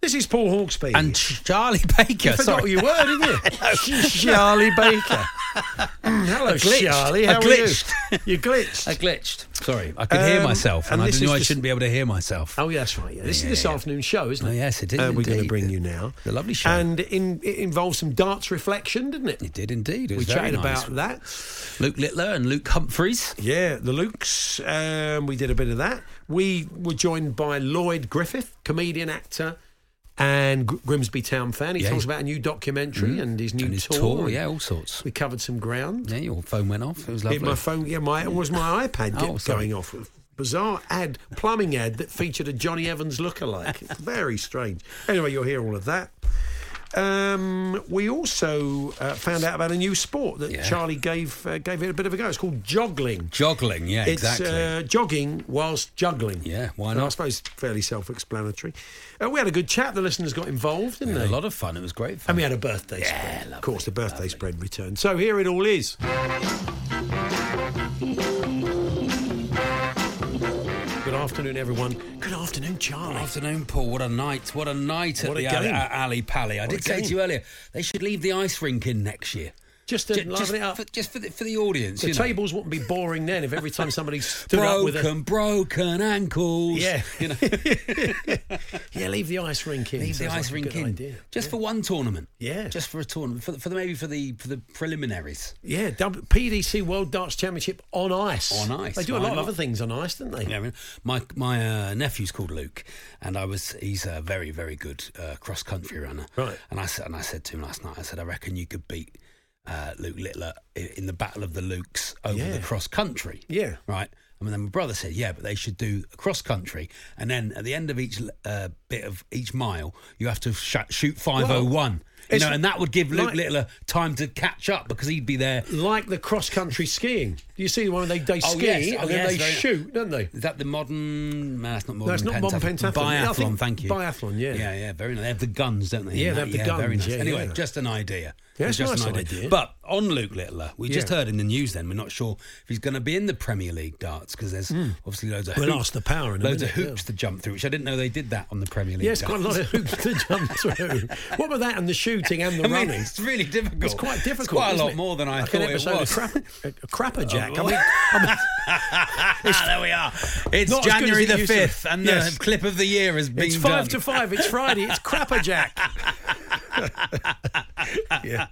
This is Paul Hawksby. And Charlie Baker. you forgot sorry. who you were, didn't you? Charlie Baker. Hello, glitched. Charlie. I How are you? glitched. You glitched. I glitched. Sorry, I could hear Um, myself, and, and I this didn't know is I the- shouldn't be able to hear myself. Oh, yeah, that's right. Yeah, this is this afternoon's show, isn't it? Oh, yes, it is Uh, we're going to indeed. bring you now The lovely show. and in, it involves some darts reflection, didn't it? It did indeed. It we was very chatted nice. about that. Luke Littler and Luke Humphreys. Yeah, the Lukes. Um, we did a bit of that. We were joined by Lloyd Griffith, comedian, actor, and Gr- Grimsby Town fan. He Yeah. Mm. told us about a new documentary and his new and his tour. tour. Yeah, all sorts. we covered some ground. Yeah, your phone went off. It was lovely. Hit my phone. Yeah, my was my iPad Oh, get- sorry. going off. Bizarre ad, plumbing ad that featured a Johnny Evans lookalike. It's Very strange. Anyway, you'll hear all of that. Um, we also uh, found out about a new sport that Yeah. Charlie gave uh, gave it a bit of a go. It's called joggling. Joggling. Yeah, It's exactly. uh, jogging whilst juggling. Yeah, why And I not? suppose fairly self-explanatory. Uh, we had a good chat. The listeners got involved, didn't Yeah, they? a lot of fun. It was great fun. And we had a birthday spread. of course, the birthday spread returned. So here it all is. Good afternoon, everyone. Good afternoon, Charlie. Afternoon, Paul. What a night! What a night at Um, What a the Ali, game. at Ali Pally. I What a did say game. to you earlier they should leave the ice rink in next year. Just to Ju- liven just it up. for, just for the, for the audience. the you know. tables wouldn't be boring then if every time somebody stood up with broken, a. broken ankles. Yeah. you know, Yeah, leave the ice rink in. leave the Sounds ice like a rink good in Idea. just for one tournament. Yeah. just for a tournament for, the- for the, maybe for the for the preliminaries. Yeah, w- PDC World Darts Championship on ice. On ice, They do a why lot of not? other things on ice, don't they? Yeah, I mean, my my uh, nephew's called Luke, and I was he's a very very good uh, cross country runner. Right. And I said and I said to him last night, I said, I reckon you could beat uh, Luke Littler i- in the battle of the Lukes over Yeah. the cross country. Yeah. Right. And then my brother said, "Yeah, but they should do cross country, and then at the end of each uh, bit of each mile, you have to sh- shoot five oh one. You it's know, and that would give Luke like- Littler time to catch up because he'd be there. Like the cross country skiing. Do you see the one where they, they Oh, ski yes. Oh, and then yes, they very- shoot, don't they? Is that the modern? No, that's not modern. it's not modern pentathlon. pentathlon. Yeah, I Biathlon. think thank you. biathlon, yeah. Yeah, yeah. Very nice. They have the guns, don't they? in Yeah, they that? have the Very guns, nice. yeah, anyway, yeah. just an idea. Yeah, It's it's a just nice idea. But on Luke Littler, we just Yeah. heard in the news. Then we're not sure if he's going to be in the Premier League darts because there's obviously loads of Hmm. We'll hoops, ask the power in a loads of minute, yeah. hoops to jump through, which I didn't know they did that on the Premier League. Yes, quite a lot darts. of hoops to jump through. what about that and the shooting and the I mean, running? it's really difficult. It's quite difficult. It's quite a isn't lot it? more than I like thought an episode it was. Oh, Of crap, a crapper jack. I well, mean, I mean, Ah, there we are. It's Not as good as January it the used to be. fifth, and Yes. the clip of the year has been it's five done. to five. It's Friday. It's crapper jack. yeah.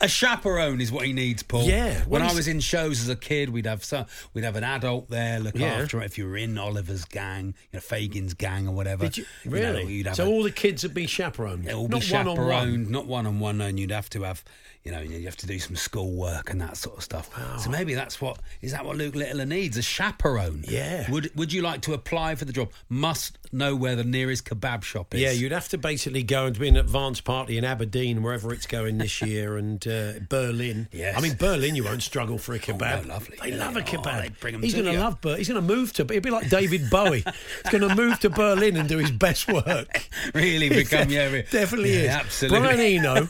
A chaperone is what he needs, Paul. Yeah, When well, I he's- was in shows as a kid, we'd have some, we'd have an adult there look Yeah. after it. If you were in Oliver's gang, you know Fagin's gang or whatever, Did you, you know, really? you'd have so a- all the kids would be chaperoned. it would not be one chaperoned, on one. not one on one, and you'd have to have, you know, you'd have to do some schoolwork and that sort of stuff. So maybe that's what is that what Luke Littler needs? A chaperone. Yeah. Would Would you like to apply for the job? Must know where the nearest kebab shop is. Yeah, you'd have to basically go and be an advance party in Aberdeen, wherever it's going this year, and uh, Berlin. Yes. Oh, I mean Berlin, you won't struggle for a kebab. no, lovely. They Yeah, love a oh, kebab. they bring 'em he's to going to you. love. Ber- he's going to move to. He'll be like David Bowie. he's going to move to Berlin and do his best work. really become yeah, re- Definitely yeah, is. absolutely. Brian Eno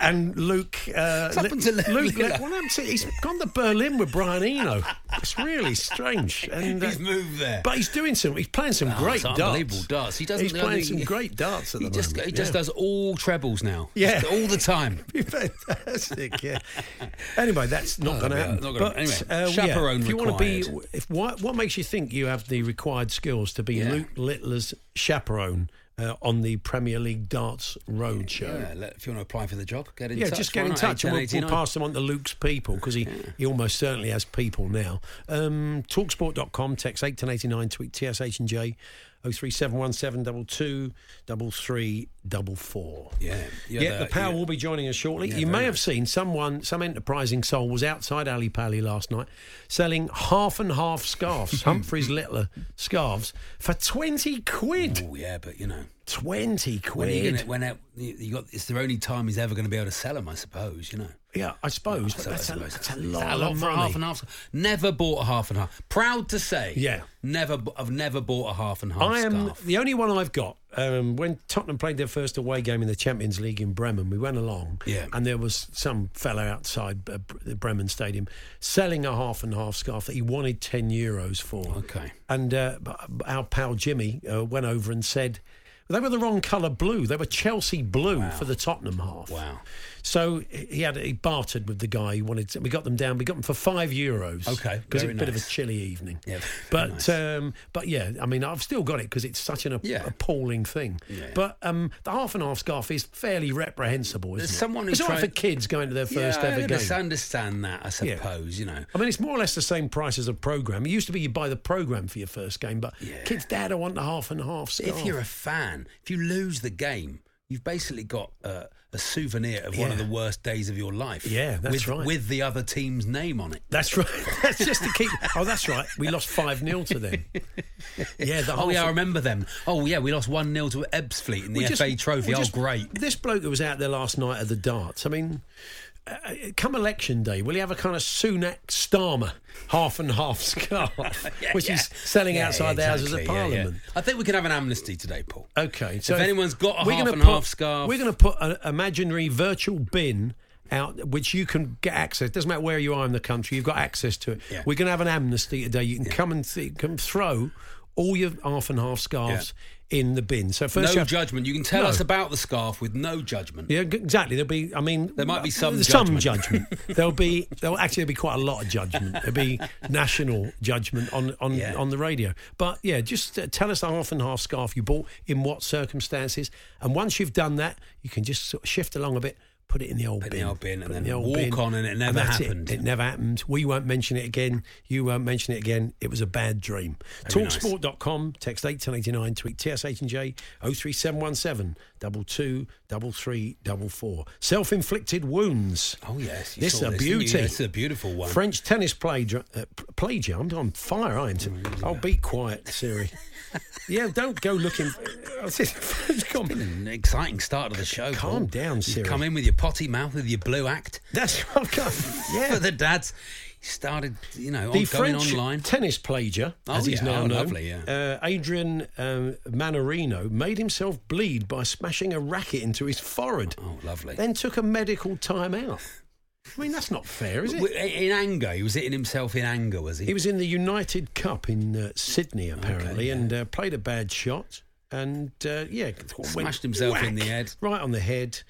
and Luke. Uh, What's happened to Luke Miller? Le- what happened to- he's gone to Berlin with Brian Eno. It's really strange. And, uh, He's moved there. But he's doing some. He's playing some Oh, great it's darts. unbelievable darts. He doesn't. He's I playing think- some great darts at he the just, moment. He just yeah. does all trebles now. Yeah. Just all the time. Be fantastic, yeah. Anyway, that's not Oh, going to yeah, happen. not gonna- but anyway, uh, chaperone yeah, if you want to be, required. if what, what makes you think you have the required skills to be Yeah. Luke Littler's chaperone uh, on the Premier League Darts Roadshow. Yeah, Uh, let- if you want to apply for the job, get in Yeah, touch. just get Why in not? touch and we'll, we'll 1889. pass them on to Luke's people because he, he almost certainly has people now. Um, Talksport.com, text 81089, tweet TSH and J 03717223344. Yeah, Yeah, the power will be joining us shortly. you may have seen someone, some enterprising soul was outside Ali Pali last night selling half and half scarves, Humphreys Littler scarves, for 20 quid. Oh yeah, but you know, 20 when, you, quid. when, it, when it, you you got, it's the only time he's ever going to be able to sell them, I suppose. You know, yeah, I suppose. but Oh, So I that's, a, suppose that's a is lot, that a lot of for a money. half and half. Never bought a half and half. Proud to say, Yeah. never. b- I've never bought a half and half. I am scarf. the only one I've got. Um, when Tottenham played their first away game in the Champions League in Bremen, we went along, Yeah. and there was some fellow outside uh, Bre- the Bremen Stadium selling a half and half scarf that he wanted ten euros for. Okay. and uh, b- b- our pal Jimmy uh, went over and said. They were the wrong colour blue. They were Chelsea blue for the Tottenham half. Wow. So he had he bartered with the guy. He wanted. To, we got them down. We got them for five euros. Okay, because it very was a bit of a nice. chilly evening. Yeah, very but nice. um, but yeah, I mean, I've still got it because it's such an ap- Yeah. appalling thing. But um, the half and half scarf is fairly reprehensible, isn't There's it? someone who it's all right for tried- kids going to their first yeah, I ever game. understand- understand that. I suppose you know. I mean, it's more or less the same price as a program. It used to be you buy the program for your first game, but Yeah. kids, dad, I want the half and half scarf. If you're a fan, if you lose the game, you've basically got uh, a souvenir of one of Yeah. the worst days of your life. Yeah, that's with, right. With the other team's name on it. that's right. that's just to keep. Oh, that's right. We lost five 0 to them. Yeah. The Oh half yeah, I and- remember them. Oh yeah, we lost one 0 to Ebbsfleet in the We just- FA Trophy. we Oh just- great. This bloke who was out there last night at the darts. I mean, uh, come election day, will he have a kind of Sunak Starmer half and half scarf, which Yeah. he's selling Yeah, outside the Houses of exactly. Yeah, yeah. Parliament? I think we can have an amnesty today, Paul. Okay, if anyone's got a we're half gonna and put- half scarf- we're going to put an imaginary virtual bin. Out, which you can get access. Doesn't matter where you are in the country, you've got access to it. Yeah. We're going to have an amnesty today. You can come and th- come throw all your half and half scarves in the bin. So first, you no have- judgment. You can tell No. us about the scarf with no judgment. Yeah, g- exactly. There'll be. I mean, uh, There might be some there's judgment. judgment. there'll be. There'll actually be quite a lot of judgment. There'll be national judgment on on, Yeah. on the radio. But yeah, just uh, tell us the half and half scarf you bought in what circumstances, and once you've done that, you can just sort of shift along a bit. Put it in the old Put it bin. in the old bin and put it then in the old walk bin, on and it never that's happened. It. never happened. We won't mention it again. You won't mention it again. It was a bad dream. Very nice. Talksport.com, text 81089, tweet TSH and J 03717 223344. Self inflicted wounds. Oh yes, you This is saw a didn't you? beauty. This is a beautiful one. French tennis play, dr- uh, p- play jar. I'm on fire, I am. t- Oh, be quiet, Siri. yeah, don't go looking. uh, It's just- it's gone. An exciting start to the show. Calm Paul. down, You've Siri. Come in with your potty mouth with your blue act. That's what I've got. Yeah. For the dads, he started. You know, the on, going French online. tennis plagiar, Oh, as he's yeah. now Oh, known, lovely, yeah. uh, Adrian um, Manarino, made himself bleed by smashing a racket into his forehead, Oh, lovely. then took a medical time out. I mean, that's not fair, is it? W- in anger, he was hitting himself in anger, was he? He was in the United Cup in uh, Sydney, apparently, yeah. and uh, played a bad shot and, uh, yeah, went Smashed himself in the head. Right on the head.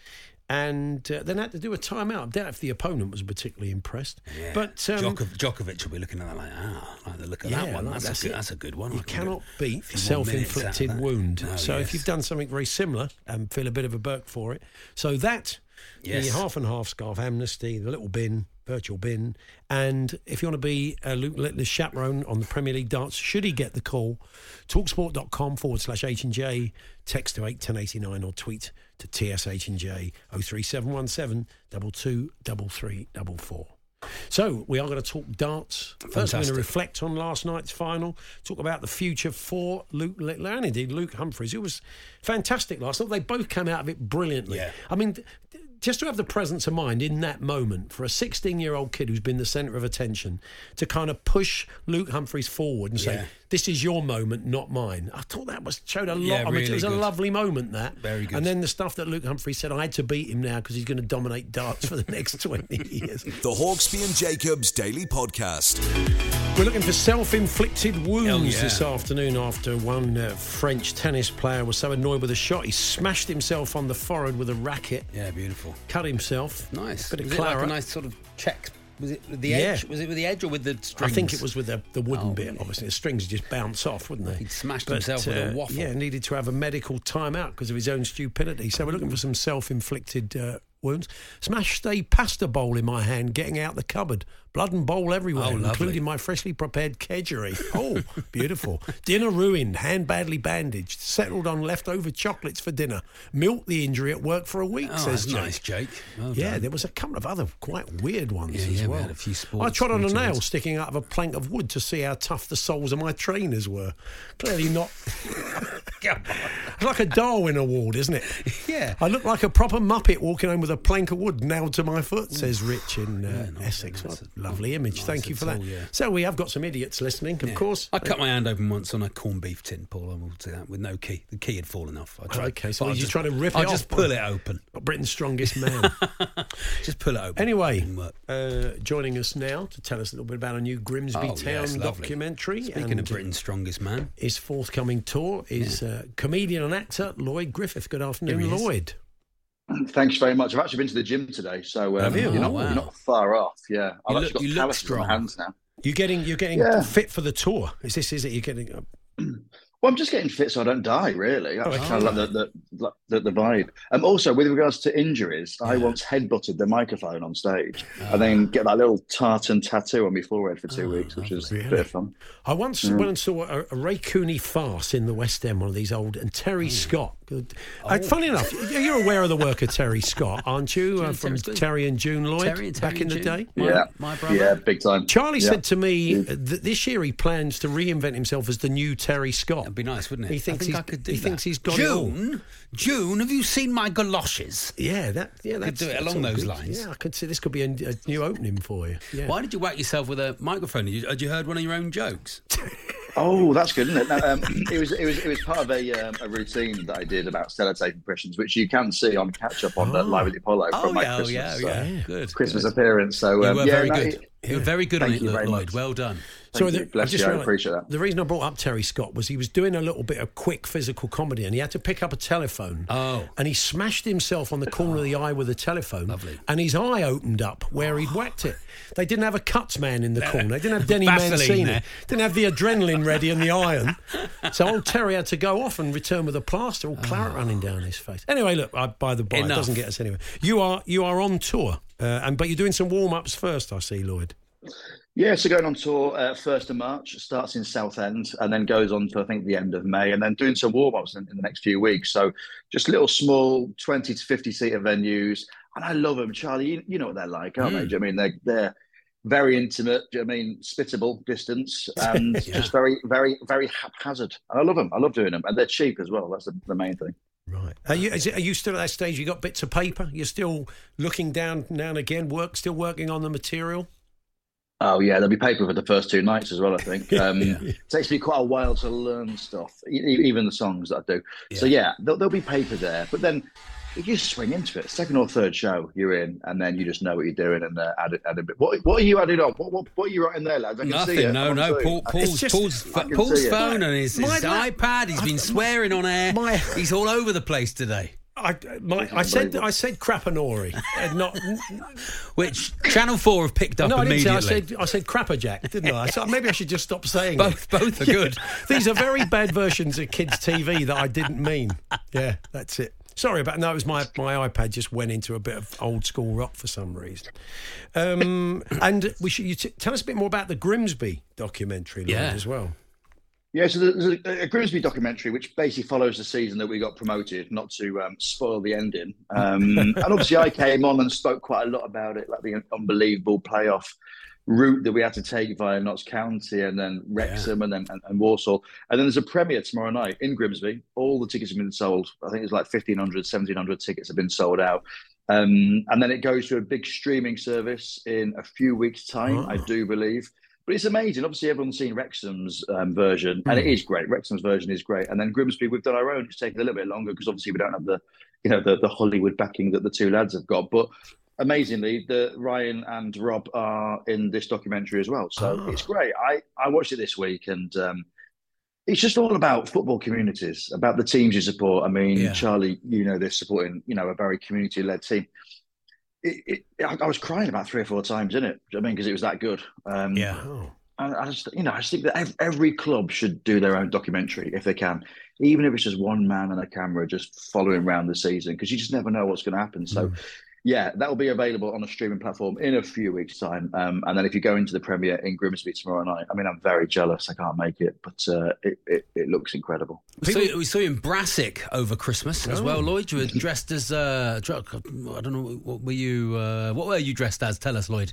And uh, then had to do a timeout. I doubt if the opponent was particularly impressed. Yeah. But um, Djokov- Djokovic will be looking at that like, ah, like the look at Yeah, that one. like, That's, a that's good, it. that's a good one. I You can cannot do a beat few more minutes out of self-inflicted that. wound. No, so yes. if you've done something very similar and feel a bit of a burk for it, so that Yes. the half and half scarf amnesty, the little bin, virtual bin, and if you want to be uh, Luke Littler's chaperone on the Premier League darts, should he get the call, talksport.com forward slash H and J, text to eight ten eighty nine or tweet to TSH and J oh three seven one seven double two double three double four. So we are going to talk darts. First, we're going to Fantastic. reflect on last night's final, talk about the future for Luke Littler and indeed Luke Humphreys. It was fantastic last night. They both came out of it brilliantly. Yeah. I mean, th- th- just to have the presence of mind in that moment for a 16 year old kid who's been the centre of attention to kind of push Luke Humphreys forward and say, Yeah. This is your moment, not mine. I thought that was showed a lot. Yeah, I mean, it really was a good. lovely moment, that. Very good. And then the stuff that Luke Humphreys said, I had to beat him now because he's going to dominate darts for the next 20 years. The Hawksby and Jacobs Daily Podcast. We're looking for self-inflicted wounds Hell yeah. this afternoon after one uh, French tennis player was so annoyed with a shot he smashed himself on the forehead with a racket, Yeah, beautiful. cut himself. Nice. Bit of Was it like a claret. nice sort of check Was it with the Yeah. edge? Was it with the edge or with the I strings? think it was with the, the wooden Oh, bit, yeah. obviously. The strings just bounce off, wouldn't they? uh, He'd smashed himself with a waffle. Yeah, needed to have a medical timeout because of his own stupidity. So we're looking for some self inflicted uh, wounds. Smashed a pasta bowl in my hand getting out the cupboard. Blood and bowl everywhere, Oh, lovely. including my freshly prepared kedgeree. Oh, beautiful. Dinner ruined, hand badly bandaged. Settled on leftover chocolates for dinner. Milked the injury at work for a week, Oh, that's says Jake. nice, Jake. Well Yeah, done. there was a couple of other quite weird ones Yeah, as yeah, we well. had a few I sports trod on a sporting nail ones. sticking out of a plank of wood to see how tough the soles of my trainers were. Clearly not. Come on. It's like a Darwin Award, isn't it? Yeah. I look like a proper muppet walking home with a plank of wood nailed to my foot, says Rich in uh, nice, Essex. nice, What not a lovely image. nice Thank you at for that. all, yeah. So we have got some idiots listening, of Yeah. course. I cut my hand open once on a corned beef tin, Paul. I will do that with no key. The key had fallen off. I Okay, so but you just- try to rip it I'll just off by- pull it open. Britain's strongest man. Just pull it open. Anyway, Didn't work. uh, joining us now to tell us a little bit about a new Grimsby Oh, yeah, Town it's lovely. documentary. Speaking and of Britain's strongest man, his forthcoming tour is uh, comedian and actor Lloyd Griffith. Good afternoon, Here he is. Lloyd. Thanks very much. I've actually been to the gym today, so um, Have you? are not, Oh, wow. you're not far off. Yeah, You I've actually look- got you look calluses on strong. my hands now. You're getting you're getting Yeah. fit for the tour. Is this is it? You're getting uh, Well, I'm just getting fit so I don't die. Really, that's Oh, okay. kind of like the, the, the, the vibe. And um, also, with regards to injuries, I Yeah. Ah. once headbutted the microphone on stage, and then get that little tartan tattoo on my forehead for two Oh, weeks, which was lovely. a bit of fun. I once Mm. went and saw a, a Ray Cooney farce in the West End, one of these old, and Terry Mm. Scott. Good. Uh, Oh. funny enough, y- you're aware of the work of Terry Scott, aren't you? Uh, Terry from Scott. Terry and June Lloyd Terry and Terry back in the and June. day. My- yeah, my brother. yeah, big time. Charlie Yeah. said to me uh, that this year he plans to reinvent himself as the new Terry Scott. that'd be nice, wouldn't it? He thinks I think he's- I could do he that. thinks he's got it all. June, June, have you seen my galoshes? Yeah, that yeah, that's, do it that's along all those good. lines. Yeah, I could see this could be a, a new opening for you. Yeah. Why did you whack yourself with a microphone? Had you, had you heard one of your own jokes? Oh, that's good, isn't it? No, um, it was it was it was part of a, um, a routine that I did about sellotape impressions, which you can see on catch up on uh, Live at the Apollo Oh from my yeah, oh Christmas, yeah, uh, yeah. Good. Christmas good. appearance. So You um, were yeah, very no, good. it- You were very good on Thank it, you very Lloyd. much. Well done. So Thank you. the, Bless just you, I realised- appreciate that. The reason I brought up Terry Scott was he was doing a little bit of quick physical comedy, and he had to pick up a telephone. Oh. and he smashed himself on the corner of the eye with a telephone. Lovely. And his eye opened up where he'd whacked it. They didn't have a cuts man in the corner. They didn't have Denny Vaseline Mancini. there. Didn't have the adrenaline ready and the iron. So old Terry had to go off and return with a plaster, all claret running down his face. Anyway, look, I, by the by, it Oh. Enough. doesn't get us anywhere. You are you are on tour, uh, and but you're doing some warm ups first. I see, Lloyd. Yeah, so going on tour uh, first of March, starts in Southend and then goes on to I think the end of May, and then doing some warm ups in, in the next few weeks. So just little small twenty to fifty seater venues, and I love them, Charlie. You, you know what they're like, aren't Mm. they? Do you know what I mean they're they're very intimate? Do you know what I mean spittable distance and Yeah. just very very very haphazard? And I love them. I love doing them, and they're cheap as well. That's the, the main thing. Right. Are you, is it, are you still at that stage? You got bits of paper. You're still looking down now and again. Work still working on the material. Oh yeah, there'll be paper for the first two nights as well. I think um, it takes me quite a while to learn stuff, e- e- even the songs that I do. So yeah, there'll, there'll be paper there, but then if you swing into it, second or third show, you're in, and then you just know what you're doing and uh, add it, add a bit. What, what are you adding on? What, what, what are you writing there, lads? I can see Nothing. it. No, Come on no. through. Paul, I- Paul's, just- Paul's, I can Paul's see it. phone and his, My- his my- iPad. He's been swearing on air. My- He's all over the place today. I uh, my, I said I said crapanori, and not Which Channel Four have picked up no. I didn't immediately. say I said I said crapperjack, didn't I? So maybe I should just stop saying Both- it. both are good. These are very bad versions of kids' TV that I didn't mean. Yeah, that's it. Sorry about no. It was my my iPad just went into a bit of old school rock for some reason. Um, and we should you t- tell us a bit more about the Grimsby documentary, Lloyd, Yeah. as well. Yeah, so there's a, a Grimsby documentary which basically follows the season that we got promoted. Not to um, spoil the ending, um, and obviously I came on and spoke quite a lot about it, like the unbelievable playoff route that we had to take via Notts County and then Wrexham and then and, and Warsaw, and then there's a premiere tomorrow night in Grimsby. All the tickets have been sold. I think it's like 1,500, 1,700 tickets have been sold out. Um, and then it goes to a big streaming service in a few weeks' time, I Oh. do believe. But it's amazing. Obviously, everyone's seen Wrexham's um, version, and it is great. Wrexham's version is great. And then Grimsby, we've done our own. It's taken a little bit longer because obviously we don't have the, you know, the, the Hollywood backing that the two lads have got. But amazingly, the Ryan and Rob are in this documentary as well. So Ah. it's great. I I watched it this week, and um, it's just all about football communities, about the teams you support. I mean, Yeah. Charlie, you know, they're supporting you know a very community led team it, it, I I was crying about three or four times in it. Do you know what I mean, because it was that good. Um, Yeah. Oh, And I just, you know, I just think that ev- every club should do their own documentary if they can, even if it's just one man and a camera just following around the season, because you just never know what's going to happen. So, yeah, that will be available on a streaming platform in a few weeks' time. Um, and then if you go into the premiere in Grimsby tomorrow night, I mean, I'm very jealous. I can't make it, but uh, it, it it looks incredible. We saw, you, we saw you in Brassic over Christmas as well, Lloyd. You were dressed as uh, dr- I don't know what were you uh, what were you dressed as? Tell us, Lloyd.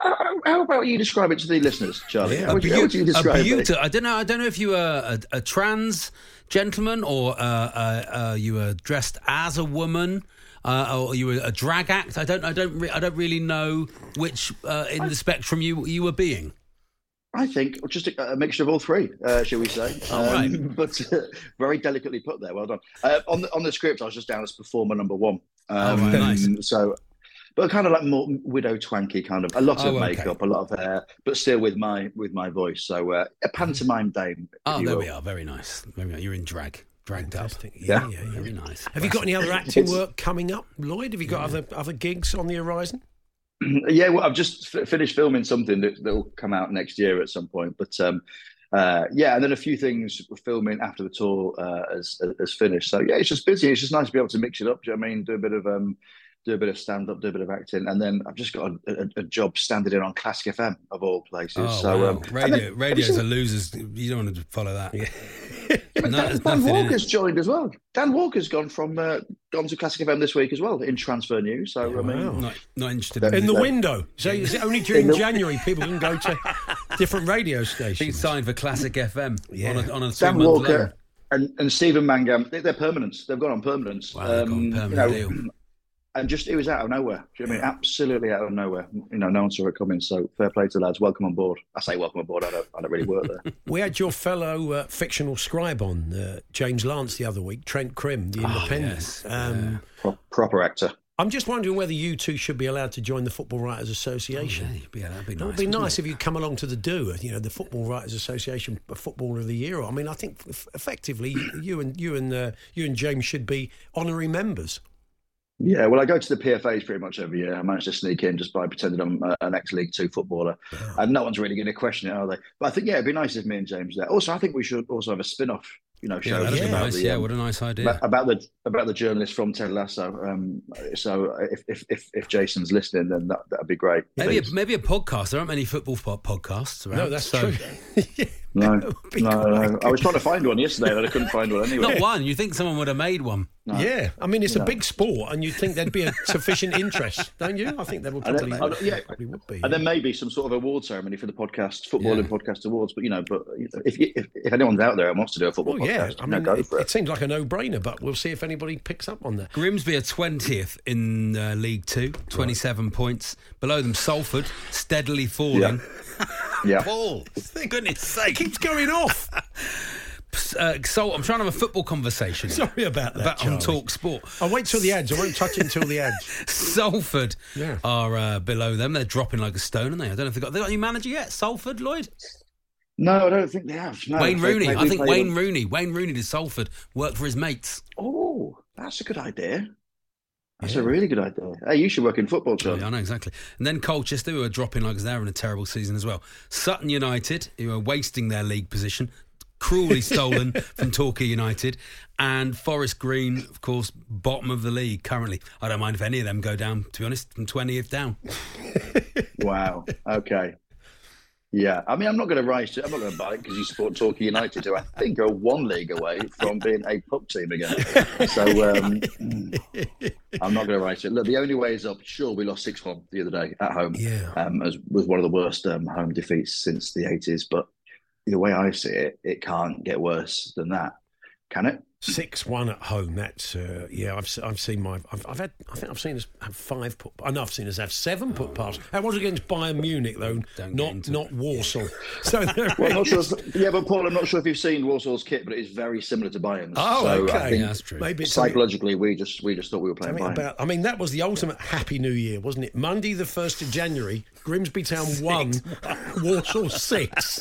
How, how about you describe it to the listeners, Charlie? how, would you, how would you beaut- describe a it? beaut- I don't know. I don't know if you were a, a trans gentleman or uh, uh, uh, you were dressed as a woman. Uh, or you were a drag act. I don't. I don't. Re- I don't really know which uh, in the spectrum you you were being. I think just a, a mixture of all three, uh, shall we say? All right. But uh, very delicately put there. Well done. Uh, on the on the script, I was just down as performer number one. Um, Oh, right, nice. So, but kind of like more widow twanky kind of a lot of Oh, okay. makeup, a lot of hair, but still with my with my voice. So uh, a pantomime dame. if Oh, you there will. we are. Very nice. Very nice. You're in drag. Dragged fantastic. up. Yeah, yeah, yeah. Very nice. Have you got any other acting work coming up, Lloyd? Have you got other other gigs on the horizon? Yeah, well, I've just f- finished filming something that that will come out next year at some point. But um, uh, yeah, and then a few things we're filming after the tour uh, has has finished. So yeah, it's just busy. It's just nice to be able to mix it up. Do you know what I mean? Do a bit of um, do a bit of stand up, do a bit of acting, and then I've just got a, a, a job standing in on Classic FM of all places. Oh, so wow. um, and radio, then- radio's a loser's. You don't want to follow that. but No, Dan- there's Dan nothing in Walker's joined as well. Dan Walker's gone from uh, gone to Classic FM this week as well in transfer news. So I mean, Not, not interested. Don't in In the Yeah. window. So is it only during January people can go to different radio He stations? signed for Classic FM Yeah. on a, on a Sam three-month Walker loan. and, and Stephen Mangam, they, they're permanents. They've gone on permanence. Um, Wow, they've gone permanent deal. And just it was out of nowhere. Do you know what I mean? Absolutely out of nowhere. You know, no one saw it coming. So fair play to the lads. Welcome on board. I say welcome on board. I don't. I don't really work there. We had your fellow uh, fictional scribe on, uh, James Lance, the other week, Trent Crim, The Independent. yes. um, Pro- proper actor. I'm just wondering whether you two should be allowed to join the Football Writers Association. Oh, Yeah, yeah, that'd be nice. It would be wouldn't nice it? if you come along to the do, you know, the Football Writers Association Footballer of the Year. I mean, I think f- effectively you and you and uh, you and James should be honorary members. Yeah, well, I go to the PFAs pretty much every year. I manage to sneak in just by pretending I'm uh, an ex-League Two footballer, and no one's really going to question it, are they? But I think yeah, it'd be nice if me and James there. Also, I think we should also have a spin-off, you know, Yeah, show that'd Yeah. be about nice. the yeah, um, what a nice idea. about, about the about the journalist from Ted Lasso. Um, so if if if, if Jason's listening, then that that'd be great. Maybe Please. a, maybe a podcast. There aren't many football po- podcasts. Around, No, that's so- true. Yeah, no, that would be no, quite no. I good. was trying to find one yesterday, but I couldn't find one anyway. Not one. You think someone would have made one? Yeah, I mean, it's a big sport, and you'd think there'd be a sufficient interest, don't you? I think there would And probably, then- and- yeah. probably would be. And then maybe some sort of award ceremony for the podcast, football and podcast awards. But you know, but if you- if, if anyone's out there and wants to do a football Oh, well, yeah, podcast, I you know, mean, go it, for it it. seems like a no-brainer, but we'll see if anybody picks up on that. Grimsby are 20th in uh, League Two, 27 points. Below them, Salford, steadily falling. Yeah. Paul, goodness It sake. keeps going off. Uh, so I'm trying to have a football conversation. Sorry about that. About on Charlie. Talk Sport. I'll wait till the ads. I won't touch it until the ads. Salford Yeah. are uh, below them. They're dropping like a stone, aren't they? I don't know if they got they got a new manager yet. Salford, Lloyd, No, I don't think they have. No, Wayne They- Rooney. they- I they think play Wayne them. Rooney. Wayne Rooney to Salford worked for his mates. Oh, that's a good idea. That's a really good idea. Hey, you should work in football, John. Yeah, I know exactly. And then Colchester, who are dropping like they're in a terrible season as well. Sutton United, who are wasting their league position, cruelly stolen from Torquay United, and Forest Green, of course, bottom of the league currently. I don't mind if any of them go down. To be honest, from 20th down. Wow. Okay. Yeah. I mean, I'm not going to rise to. I'm not going to buy it because you support Torquay United, who I think are one league away from being a pub team again. So um, I'm not going to rise to it. Look, the only way is up. Sure, we lost six one the other day at home. Yeah. Um, as was one of the worst um, home defeats since the 80s. But the way I see it, it can't get worse than that, can it? Six one at home. That's uh, yeah. I've se- I've seen my. I've, I've had. I think I've seen us have five put. I know I've seen us have seven put past. That was against Bayern Munich though, Oh. Don't get not into not Warsaw. So there Well, is- I'm not sure. if- yeah, but Paul, I'm not sure if you've seen Warsaw's kit, but it is very similar to Bayern's. Oh, so okay. I think Yeah, that's true. Maybe it's something- psychologically, we just we just thought we were playing something Bayern. about. I mean, that was the ultimate happy New Year, wasn't it? Monday, the first of January, Grimsby Town one, Warsaw six.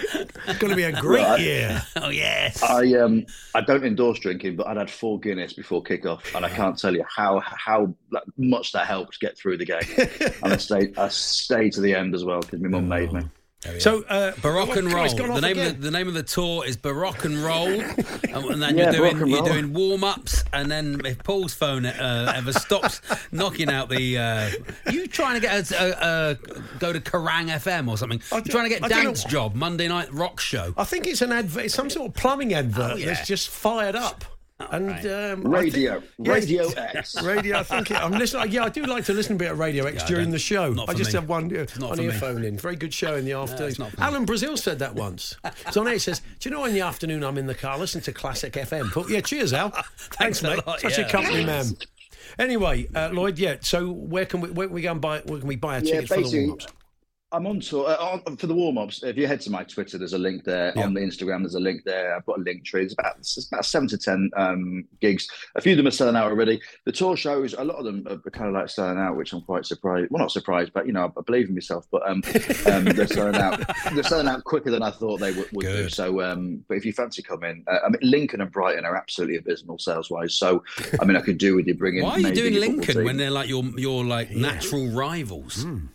it's going to be a great Right. year. Oh yes. I um I don't don't endorse drinking, but I'd had four Guinness before kickoff, and I can't tell you how how like, much that helped get through the game. and I stayed I stayed to the end as well because my mum made me. So uh, Baroque oh, and roll. Christ, gone The off name again. of the, the name of the tour is Baroque and roll, Um, and, and then Yeah, you're Baroque doing and you're Roll. doing warm ups, and then if Paul's phone uh, ever stops knocking out the, uh, you trying to get us uh, uh, go to Kerrang FM or something? I You're don't- trying to get I don't dance know- job Monday night rock show. I think it's an advert, it's some sort of plumbing advert Oh, yeah. that's just fired up. and um, I think- Radio, Yes. Radio X. Radio, I think it, I'm listening. Yeah, I do like to listen a bit of Radio X I during don't- the show. not I for just me. have one, yeah, not one for me. earphone in. Very good show in the afternoon. not for me. Alan Brazil said that once. so on air, he says, "Do you know in the afternoon I'm in the car, listen to Classic FM." Thought, yeah, cheers, Al. Thanks, Thanks a mate. lot, Such a yeah. company man. Anyway, uh, Lloyd. Yeah. So where can we where can we go and buy where can we buy our Yeah, tickets for the basically, warm-ups? I'm on tour uh, on, for the warm ups. If you head to my Twitter, there's a link there. On the Instagram, there's a link there. I've got a link tree. It's about it's about seven to ten um, gigs. A few of them are selling out already. The tour shows, a lot of them are kind of like selling out, which I'm quite surprised. Well, not surprised, but you know, I believe in myself. But um, um, they're selling out. They're selling out quicker than I thought they would, would do. Good. So, um, but if you fancy coming, uh, I mean, Lincoln and Brighton are absolutely abysmal sales wise. So, I mean, I could do with you bringing. Why are you maybe doing your football Lincoln team. when they're like your your like natural rivals? Hmm,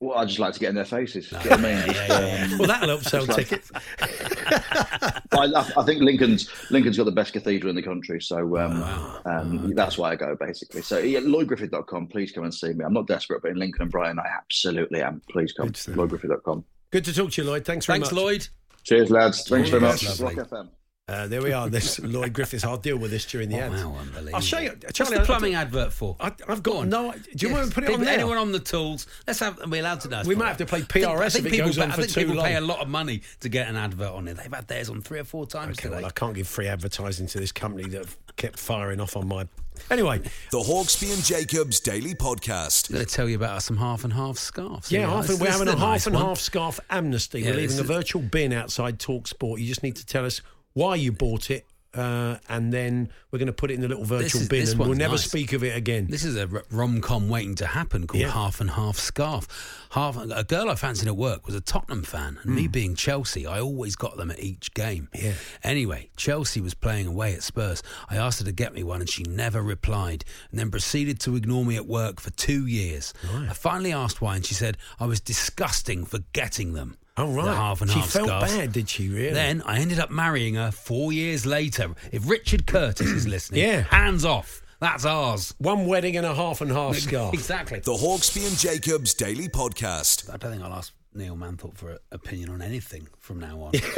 Well, I just like to get in their faces. Ah, Get them in. Just, um, Well, that'll help sell Just like- tickets. I, I- I think Lincoln's Lincoln's got the best cathedral in the country, so um, um, that's why I go basically. So yeah, lloydgriffith.com, please come and see me. I'm not desperate, but in Lincoln and Brighton, I absolutely am. Please come. Lloydgriffith.com. Good to talk to you, Lloyd. Thanks very Thanks, much. Lloyd. Cheers, lads. Thanks very Cheers. much. Lovely. Rock FM. Uh, there we are. This Lloyd Griffiths. I'll deal with this during the Oh, Wow, ads. unbelievable. I'll show you. What's Charlie, the I- plumbing advert for? I- I've Go got on. no. Do you want me to put it People- on there? Anyone on the tools? Let's have. Are we allowed to? No, it's We not might allowed. have to play I think- I PRS think if it people goes pay- on I for think too people pay a long. lot of money to get an advert on it. They've had theirs on three or four times Okay, today. well, I can't give free advertising to this company that kept firing off on my. Anyway, The Hawksby and Jacobs Daily Podcast. I'm going to tell you about some half and half scarves. yeah, half This- and, we're this having is a half nice and one. half scarf amnesty. Yeah, we're leaving this a is- virtual bin outside Talk Sport. You just need to tell us why you bought it, uh, and then we're going to put it in the little virtual is- bin, this and we'll one's never nice. speak of it again. This is a rom com waiting to happen called Yeah. Half and Half Scarf. Half a girl I fancied at work was a Tottenham fan, and me being Chelsea, I always got them at each game. Hmm. Yeah. Anyway, Chelsea was playing away at Spurs. I asked her to get me one, and she never replied, and then proceeded to ignore me at work for two years. I finally asked why, and she said I was disgusting for getting them. Oh right, the half and she half felt scarf. bad, did she? Really? Then I ended up marrying her four years later. If Richard Curtis is listening, Yeah. hands off. That's ours. One wedding and a half and half scarf. Exactly. The Hawksby and Jacobs Daily Podcast. I don't think I'll ask Neil Manthorpe for an opinion on anything from now on. Just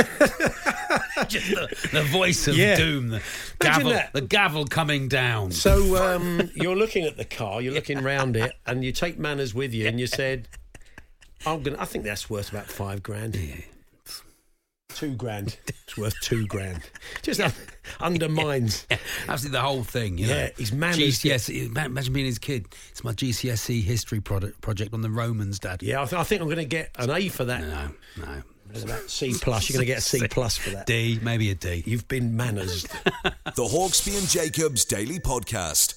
the, the voice of Yeah. doom, the gavel, that. the gavel coming down. So um, you're looking at the car, you're looking round it, and you take manners with you, and you said, "I'm gonna. I think that's worth about five grand, two grand. It's worth two grand. Just un- undermines. Absolutely, the whole thing. You Yeah, know. his manners- GCSE. ma- E, Imagine being his kid. It's my GCSE E history product, project on the Romans, Dad. Yeah, I, th- I think I'm going to get an A for that. No, no. There's about C plus. You're going to get a C plus for that. D, maybe a D. You've been manners. The Hawksby and Jacobs Daily Podcast.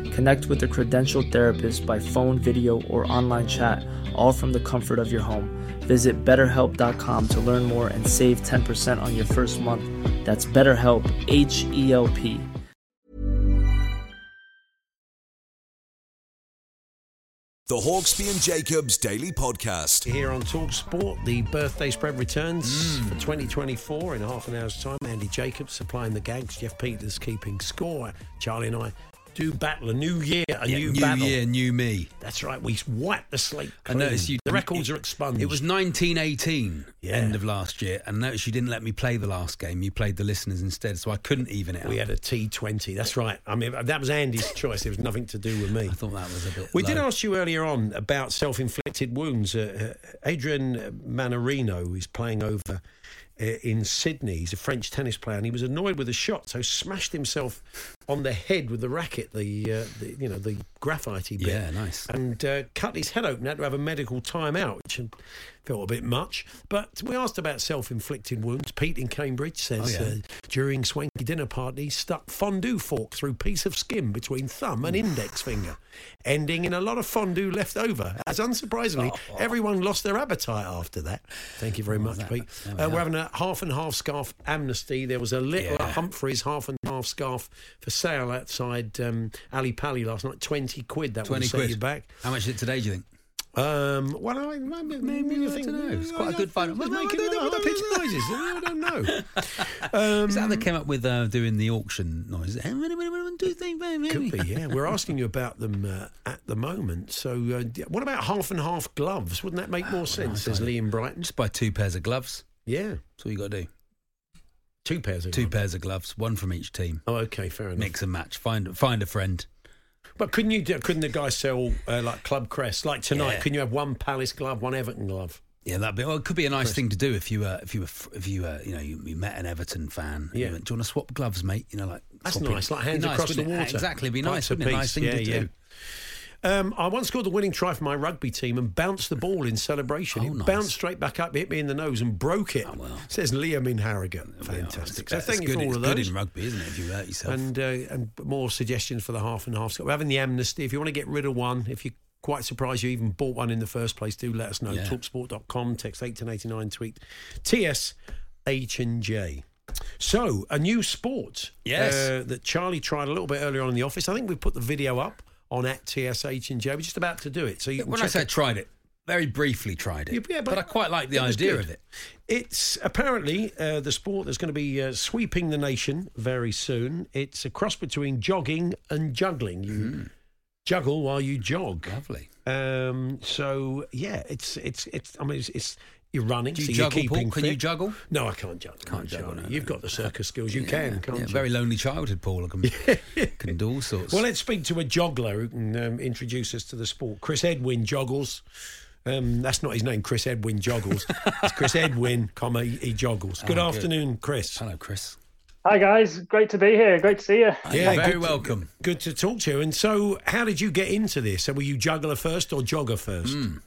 Connect with a credentialed therapist by phone, video, or online chat, all from the comfort of your home. Visit betterhelp.com to learn more and save 10% on your first month. That's BetterHelp, H E L P. The Hawksby and Jacobs Daily Podcast. Here on Talk Sport, the birthday spread returns Mm. for 2024 in half an hour's time. Andy Jacobs supplying the gags, Jeff Peters keeping score. Charlie and I do battle a new year, a Yeah, new, new battle. year, new me. That's right. We wipe the slate. I Clean. noticed you. The records it- are expunged. It was 1918, Yeah. end of last year, and notice you didn't let me play the last game. You played the listeners instead, so I couldn't even it. We out. had a T20. That's right. I mean, that was Andy's choice. It was nothing to do with me. I thought that was a bit. We did low. ask you earlier on about self inflicted wounds. Uh, uh, Adrian Manarino is playing over uh, in Sydney. He's a French tennis player and he was annoyed with a shot, so smashed himself on the head with the racket, the, uh, the you know, the graphite bit. Yeah, nice. And uh, cut his head open, had to have a medical timeout, which um, felt a bit much. But we asked about self inflicted wounds. Pete in Cambridge says Oh, yeah. uh, during swanky dinner party, stuck fondue fork through piece of skin between thumb and index finger, ending in a lot of fondue left over. As Oh, unsurprisingly, everyone lost their appetite after that. Thank you very much, Pete. Uh, we're having a half and half scarf amnesty. There was a little Yeah. Humphreys half and half scarf for sale outside um, Ali Pally last night. Twenty quid. That would 20 set quid. you back. How much is it today? Do you think? Um, well, I, maybe, maybe I think don't know. It's uh, quite a I- good fun. it's Well, no, I making don't know. little I don't noises. I don't know. Is that how they Um, came up with uh, doing the auction noise? Do think, Could be, yeah. We're asking you about them uh, at the moment. So, uh, d- what about half and half gloves? Wouldn't that make Oh, more sense? Says Liam Brighton. Just buy two pairs of gloves. Yeah, That's all you got to do. two pairs of Two gloves. pairs of gloves, one from each team. Oh, okay, fair enough. Mix and match. Find find a friend. But couldn't you? do- Couldn't the guy sell uh, like club crest? Like tonight, Yeah. couldn't you have one Palace glove, one Everton glove? Yeah, that'd be. Well, it could be a nice thing to do if you uh, if you were f- if you uh, you know you, you met an Everton fan. and you Yeah. went, Do you want to swap gloves, mate? You know, like That's swap nice, it. like hands Be nice, across the wouldn't it? water. Exactly, it'd be Pipes nice, wouldn't it? apiece. Nice thing Yeah, to yeah. do. Um, I once scored the winning try for my rugby team and bounced the ball in celebration. Oh, it nice. bounced straight back up, hit me in the nose, and broke it. Oh, well. Says Liam in Harrogate. Fantastic. So It's thank you good, for all it's of good those. in rugby, isn't it? If you hurt yourself. and uh, and more suggestions for the half and half. We're having the amnesty. If you want to get rid of one, if you're quite surprised you even bought one in the first place, do let us know. Yeah. Talksport.com, text 1889, tweet TS H and J. So, a new sport Yes. uh, that Charlie tried a little bit earlier on in the office. I think we put the video up on at TSH and J. We're just about to do it. So you can when I check say it. tried it, very briefly tried it, Yeah, yeah, but, I quite like the it was idea good. of it. It's apparently uh, the sport that's going to be uh, sweeping the nation very soon. It's a cross between jogging and juggling. You Hmm. juggle while you jog. Lovely. Um, so yeah, it's it's it's. I mean, it's, it's you're running. Do so you you're juggle, keeping Paul? Can you fit. juggle? No, I can't juggle. Can't juggle, Charlie. no, You've no. got the circus skills. You Yeah, can, can't yeah, you? Very lonely childhood, Paul. I can, can do all sorts. Well, let's speak to a joggler who can um, introduce us to the sport. Chris Edwin joggles. Um, that's not his name. Chris Edwin joggles. it's Chris Edwin, comma he, he joggles. Good Oh, good. afternoon, Chris. Hello, Chris. Hi guys, great to be here. Great to see you. Yeah, very good to- welcome. Good to talk to you. And so, how did you get into this? So, were you juggler first or jogger first? Hmm.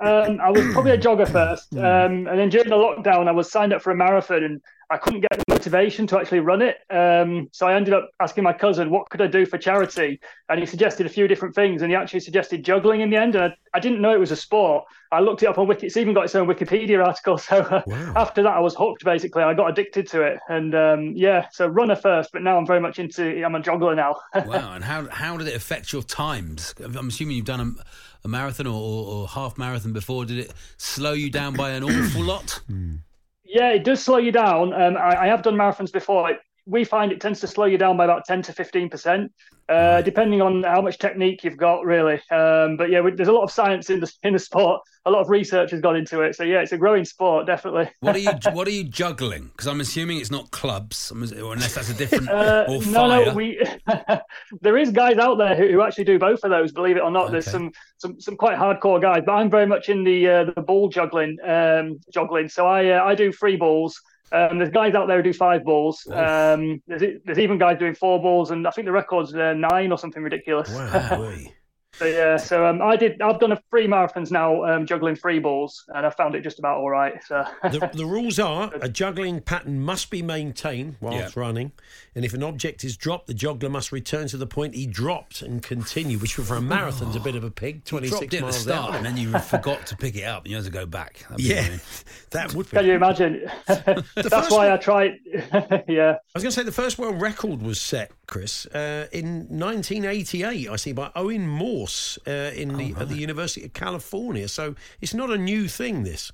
Um, I was probably a jogger first, um, and then during the lockdown, I was signed up for a marathon, and I couldn't get the motivation to actually run it. Um, so I ended up asking my cousin, "What could I do for charity?" And he suggested a few different things, and he actually suggested juggling in the end. And I, I didn't know it was a sport. I looked it up on Wiki; it's even got its own Wikipedia article. So uh, Wow. after that, I was hooked. Basically, I got addicted to it, and um, yeah, so runner first, but now I'm very much into. I'm a juggler now. wow. And how how did it affect your times? I'm assuming you've done a, a marathon or, or, or half marathon before. Did it slow you down by an awful lot? Yeah, it does slow you down. Um, I, I have done marathons before. It, we find it tends to slow you down by about 10 to 15%, uh, depending on how much technique you've got, really. Um, but yeah, we, there's a lot of science in the, in the sport. A lot of research has gone into it. So yeah, it's a growing sport, definitely. What are you What are you juggling? Because I'm assuming it's not clubs, I'm ass- or unless that's a different Uh, or fire. no, no, we there is guys out there who, who actually do both of those. Believe it or not, there's Okay. some, some some quite hardcore guys. But I'm very much in the uh, the ball juggling um, juggling. So I uh, I do free balls. Um, there's guys out there who do five balls. Um, there's, there's even guys doing four balls, and I think the record's uh, nine or something ridiculous. Wow. so yeah, so um, I did. I've done a three marathons now, um, juggling three balls, and I found it just about all right. So the, the rules are a juggling pattern must be maintained whilst running, and if an object is dropped, the juggler must return to the point he dropped and continue. Which for a marathon's a bit of a pig. Twenty Oh. dropped it six at the miles start out. and then you forgot to pick it up and you had to go back. That'd be Yeah. annoying. that would. Can you imagine? That's why I tried. yeah. I was going to say the first world record was set, Chris, uh, in 1988. I see by Owen Morse uh, in the at the University of California. So it's not a new thing. This.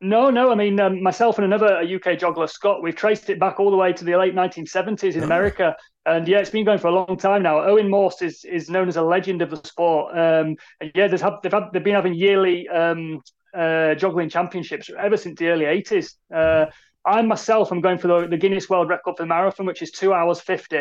No, no. I mean, um, myself and another UK juggler, Scott, we've traced it back all the way to the late 1970s in America. And yeah, it's been going for a long time now. Owen Morse is is known as a legend of the sport. Um, and yeah, there's had, they've, had, they've been having yearly um, uh, juggling championships ever since the early 80s. Uh, I myself am going for the, the Guinness World Record for the marathon, which is two hours 50.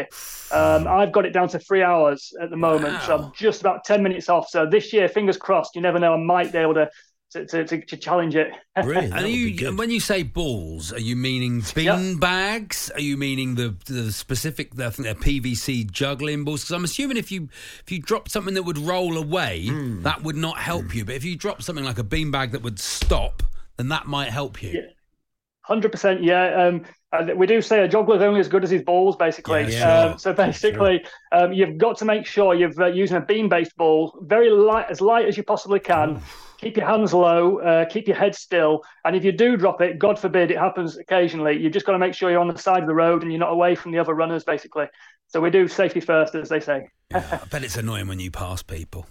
Um, I've got it down to three hours at the moment. So I'm just about 10 minutes off. So this year, fingers crossed, you never know, I might be able to. To, to, to, to challenge it. And you, and when you say balls, are you meaning bean bags? Are you meaning the the specific? I think they're PVC juggling balls. Because I'm assuming if you if you drop something that would roll away, Hmm. that would not help you. But if you drop something like a bean bag that would stop, then that might help you. Hundred percent, yeah. Um, and we do say a juggler's only as good as his balls, basically. Yeah, sure. um, so basically, um, you've got to make sure you've uh, using a beam-based ball, very light, as light as you possibly can. Keep your hands low, uh, keep your head still, and if you do drop it, God forbid, it happens occasionally. You've just got to make sure you're on the side of the road and you're not away from the other runners, basically. So we do safety first, as they say. I bet it's annoying when you pass people.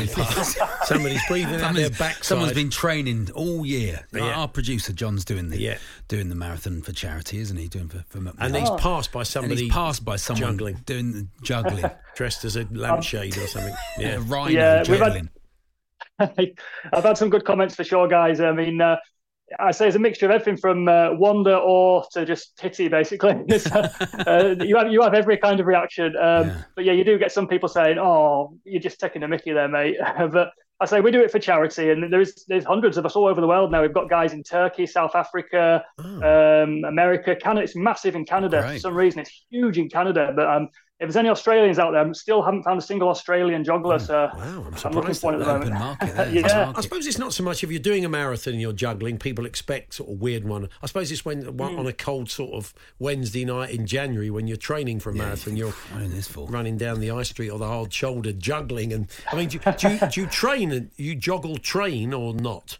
You pass. somebody's breathing out their Someone's- backside. Someone's been training all year. Like Yeah. Our producer John's doing the Yeah. doing the marathon for charity, isn't he? Doing for, for And he's passed by Oh. somebody. And he's passed by someone juggling, doing the juggling, dressed as a lampshade or something. Yeah, a rhino Yeah, we've had- juggling. I've had some good comments for sure, guys. I mean, uh, I say it's a mixture of everything from uh, wonder, awe to just pity, basically. So, uh, you have you have every kind of reaction, um, but yeah, you do get some people saying, "Oh, you're just taking a mickey there, mate." but I say we do it for charity, and there is there's hundreds of us all over the world now. We've got guys in Turkey, South Africa, um, America, Canada. It's massive in Canada for Great. some reason. It's huge in Canada, but um, if there's any Australians out there, I still haven't found a single Australian juggler. so Hmm. I'm, looking for one at the moment. yeah. I suppose it's not so much if you're doing a marathon and you're juggling, people expect sort of weird one. I suppose it's when one, Hmm. Mm. on a cold sort of Wednesday night in January when you're training for a marathon, you're running down the high street or the hard shoulder juggling. And I mean, do, do, you, do you train and you joggle train or not?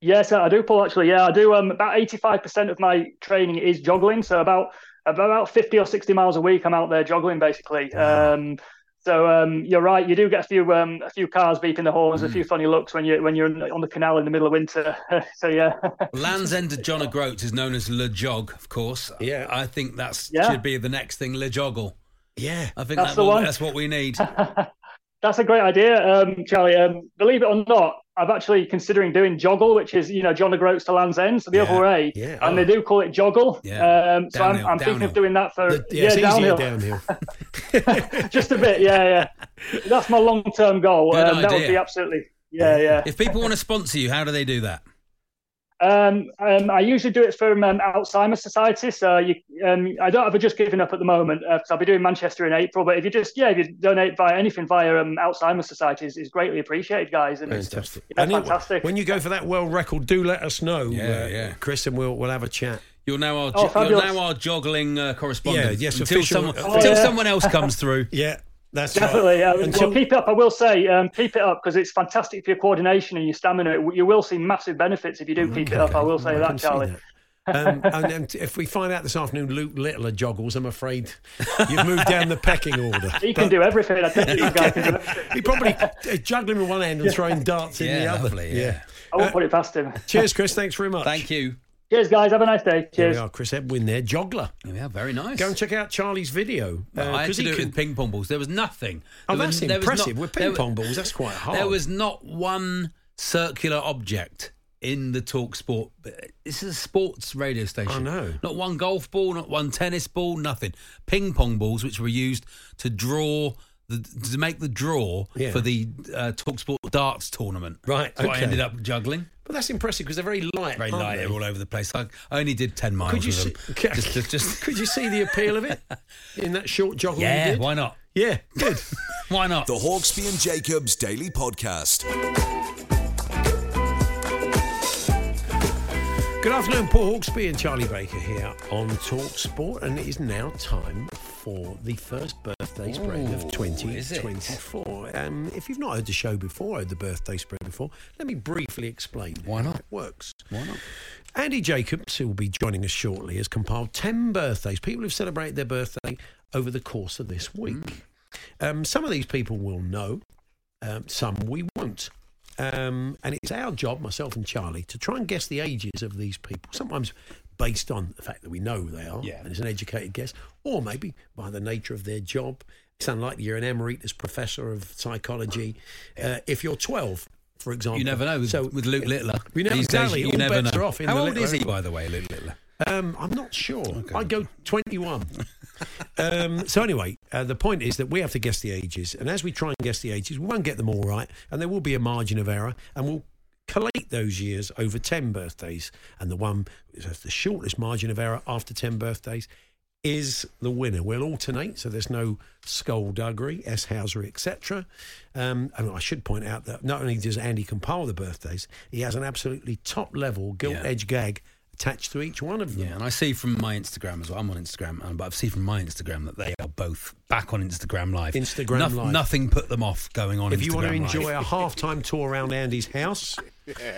Yes, I do, Paul. Actually, yeah, I do. Um, about eighty-five percent of my training is juggling, so about about fifty or sixty miles a week, I'm out there juggling basically. Um, so um, you're right. You do get a few um, a few cars beeping the horns, a Hmm. few funny looks when you when you're on the canal in the middle of winter. so yeah, Land's End of John O'Groats is known as Le Jog, of course. Yeah. I think that's Yeah. should be the next thing, Le Joggle. Yeah. I think That's that the will- one. that's what we need. that's a great idea, um, Charlie. Um, believe it or not, I'm actually considering doing joggle, which is you know John O'Groats to Land's End, so the other way, yeah. Oh. and they do call it joggle. Yeah. Um, so Downhill, I'm, I'm thinking downhill. of doing that for yeah, it's easier Uh, downhill. downhill. just a bit. Yeah, yeah. That's my long term goal. Good Um, that would idea. be absolutely. Yeah, yeah. If people want to sponsor you, how do they do that? Um, um, I usually do it from um, Alzheimer's Society. So you, um, I don't have a just giving up at the moment because I'll be doing Manchester in April. But if you just, yeah, if you donate via anything via um, Alzheimer's Society, is, is greatly appreciated, guys. And it's, Fantastic. you know, And it- fantastic. when you go for that world record, do let us know, Yeah, uh, yeah. Chris, and we'll, we'll have a chat. You're now our, Oh, jo- you're fabulous. now our joggling uh, correspondent. Yeah, yes, until, official- someone, Oh, until yeah. someone else comes through. Yeah, that's Definitely. Yeah. Until- well, keep it up. I will say, um, keep it up because it's fantastic for your coordination and your stamina. You will see massive benefits if you do keep it up. I will say that, can see Charlie. Um, and, and if we find out this afternoon Luke Littler joggles, I'm afraid you've moved down the pecking order. He can do everything. I think these guys can do He probably uh, juggling with one hand and throwing darts in the Yeah, other. lovely, yeah. I won't put it past him. Cheers, Chris. Thanks very much. Thank you. Cheers, guys. Have a nice day. Here we Cheers. are, Chris Edwin there, joggler. Yeah, very nice. Go and check out Charlie's video. uh, Well, I had to he do it can- with ping pong balls. There was nothing. Oh, There that's was- there was not- impressive. with there ping wa- pong balls, that's quite hard. There was not one circular object in the talk sport. This is a sports radio station. I know. Not one golf ball, not one tennis ball, nothing. Ping pong balls, which were used to draw. The, to make the draw Yeah. for the uh, Talksport darts tournament, Right, so I okay. ended up juggling. Well, that's impressive because they're very light. Very aren't light, they? they're all over the place. I I only did 10 miles Could you with see? them. Just, just, just Could you see the appeal of it in that short jog? you Yeah, did? why not? Yeah, good. why not? The Hawksby and Jacobs Daily Podcast. Good afternoon, Paul Hawksby and Charlie Baker here on Talk Sport, and it is now time for the first birthday spread Ooh, of is it? 2024. Um, if you've not heard the show before, heard the birthday spread before, let me briefly explain why not it works. Why not? Andy Jacobs, who will be joining us shortly, has compiled 10 birthdays, people who've celebrated their birthday over the course of this week. Um, some of these people will know, um, some we won't. Um, and it's our job, myself and Charlie, to try and guess the ages of these people, sometimes based on the fact that we know who they are, Yeah. and it's an educated guess, or maybe by the nature of their job. It's unlikely you're an emeritus professor of psychology. Uh, if you're 12, for example. You never know with, So- with Luke Littler. You never, These days, exactly. you all never bets know. are off in How the old Littler. is he, by the way, Luke Littler? Um, I'm not sure. I go 21. um, so anyway, uh, the point is that we have to guess the ages, and as we try and guess the ages, we won't get them all right, and there will be a margin of error, and we'll collate those years over 10 birthdays, and the one that has the shortest margin of error after 10 birthdays is the winner. We'll alternate, so there's no skullduggery, S. Houser, etc. Um, and I should point out that not only does Andy compile the birthdays, he has an absolutely top level gilt Yeah. edge gag attached to each one of them. Yeah, and I see from my Instagram as well. I'm on Instagram, and but I've seen from my Instagram that they are both back on Instagram Live. Instagram Noth- Live. Nothing put them off going on. if you want Instagram to Live. enjoy a halftime tour around Andy's house,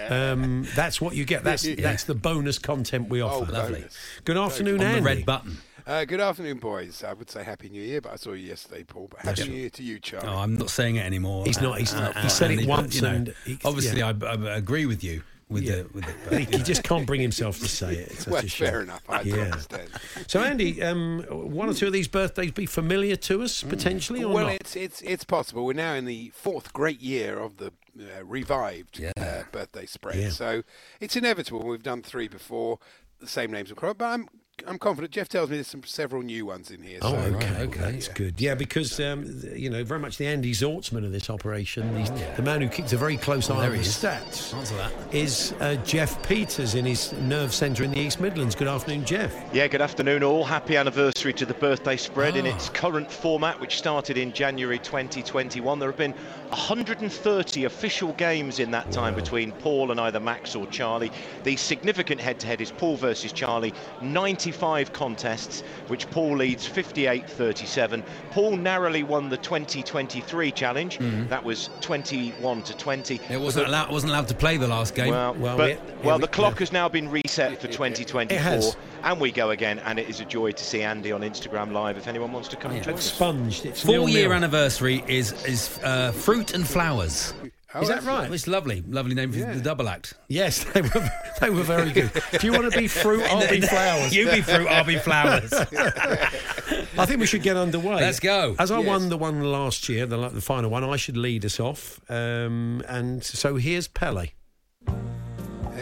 um, that's what you get. That's Yeah. that's the bonus content we offer. lovely. Good afternoon, On the Andy. red button. Uh, good afternoon, boys. I would say Happy New Year, but I saw you yesterday, Paul. But Happy Yes. New Year to you, Charlie. Oh, I'm not saying it anymore. Uh, He's not- he's not- he said it but, once you know, and he- obviously, yeah. I, I agree with you. With Yeah. the, with the he, he just can't bring himself to say it. It's such Well, a shame. fair enough. I do yeah. understand. So, Andy, um, one or two of these birthdays be familiar to us potentially, or well, not? it's it's it's possible. We're now in the fourth great year of the uh, revived uh, birthday spread, Yeah. so it's inevitable. We've done three before. The same names will crop up, but I'm I'm confident. Jeff tells me there's some several new ones in here. Oh, so okay, okay, that's good. Yeah, because um, th- you know very much the Andy Zortzman of this operation, he's, the man who keeps a very close eye Oh, there on the he is. stats, Answer that. is uh, Jeff Peters in his nerve centre in the East Midlands. Good afternoon, Jeff. Yeah, good afternoon, all. Happy anniversary to the birthday spread in Ah. its current format, which started in January 2021. There have been 130 official games in that time between Paul and either Max or Charlie. The significant head to head is Paul versus Charlie, 95 contests, which Paul leads 58 37. Paul narrowly won the 2023 challenge, Mm. Mhm. that was 21 to 20. It wasn't allowed, wasn't allowed to play the last game. Well, Oh, but, well, the clock has now been reset for 2024, It has. and we go again. And it is a joy to see Andy on Instagram Live. If anyone wants to come and join us, Sponged. Oh, It's Four year nil-nil. anniversary is is uh, fruit and flowers. Oh, Is that that's right? It's lovely, lovely name for the double act. Yes, they were they were very good. If you want to be fruit, I'll be flowers. you be fruit, I'll be flowers. I think we should get underway. Let's go. As I Yes. won the one last year, the, the final one, I should lead us off. Um, and so here's Pele.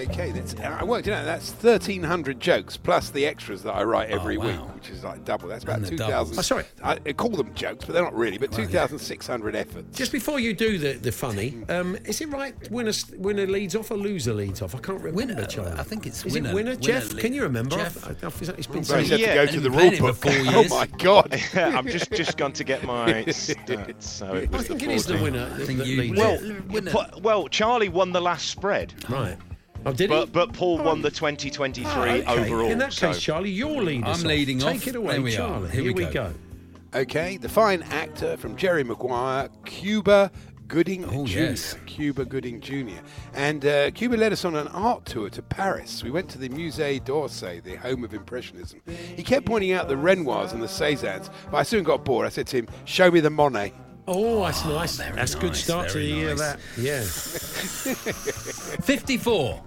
Okay, that's uh, I worked it out. That's thirteen hundred jokes plus the extras that I write every week, which is like double. That's about Oh, And the two doubles. thousand. Oh, sorry. I, I call them jokes, but they're not really. But two thousand six hundred efforts. Just before you do the, the funny, um, is it right winner winner leads off or loser leads off? I can't remember. Winner, I think it's is winner- it winner. winner Jeff, lead- can you remember? Jeff. I, I, it's Well, been Barry's had to Yeah, go and through you've the been rule playing it book. for four Oh years. my god! I'm just just gone to get my stats. So it I was think the it is the 14. winner that- that leads Well, off. Pa- well, Charlie won the last spread, Right. Oh, did but he? but Paul Oh, won the 2023 Ah, Oh, okay. overall. In that so- case, Charlie, you're leading us I'm leading Take off. it away, There we are. Charlie. Here we we go. go. Okay, the fine actor from Jerry Maguire, Cuba Gooding Oh, Jr. yes. Cuba Gooding Jr. And uh, Cuba led us on an art tour to Paris. We went to the Musée d'Orsay, the home of Impressionism. He kept pointing out the Renoirs and the Cezannes, but I soon got bored. I said to him, Show me the Monet. Oh, that's nice. Ah, very That's a good nice, start to the very year. nice. That yeah. 54.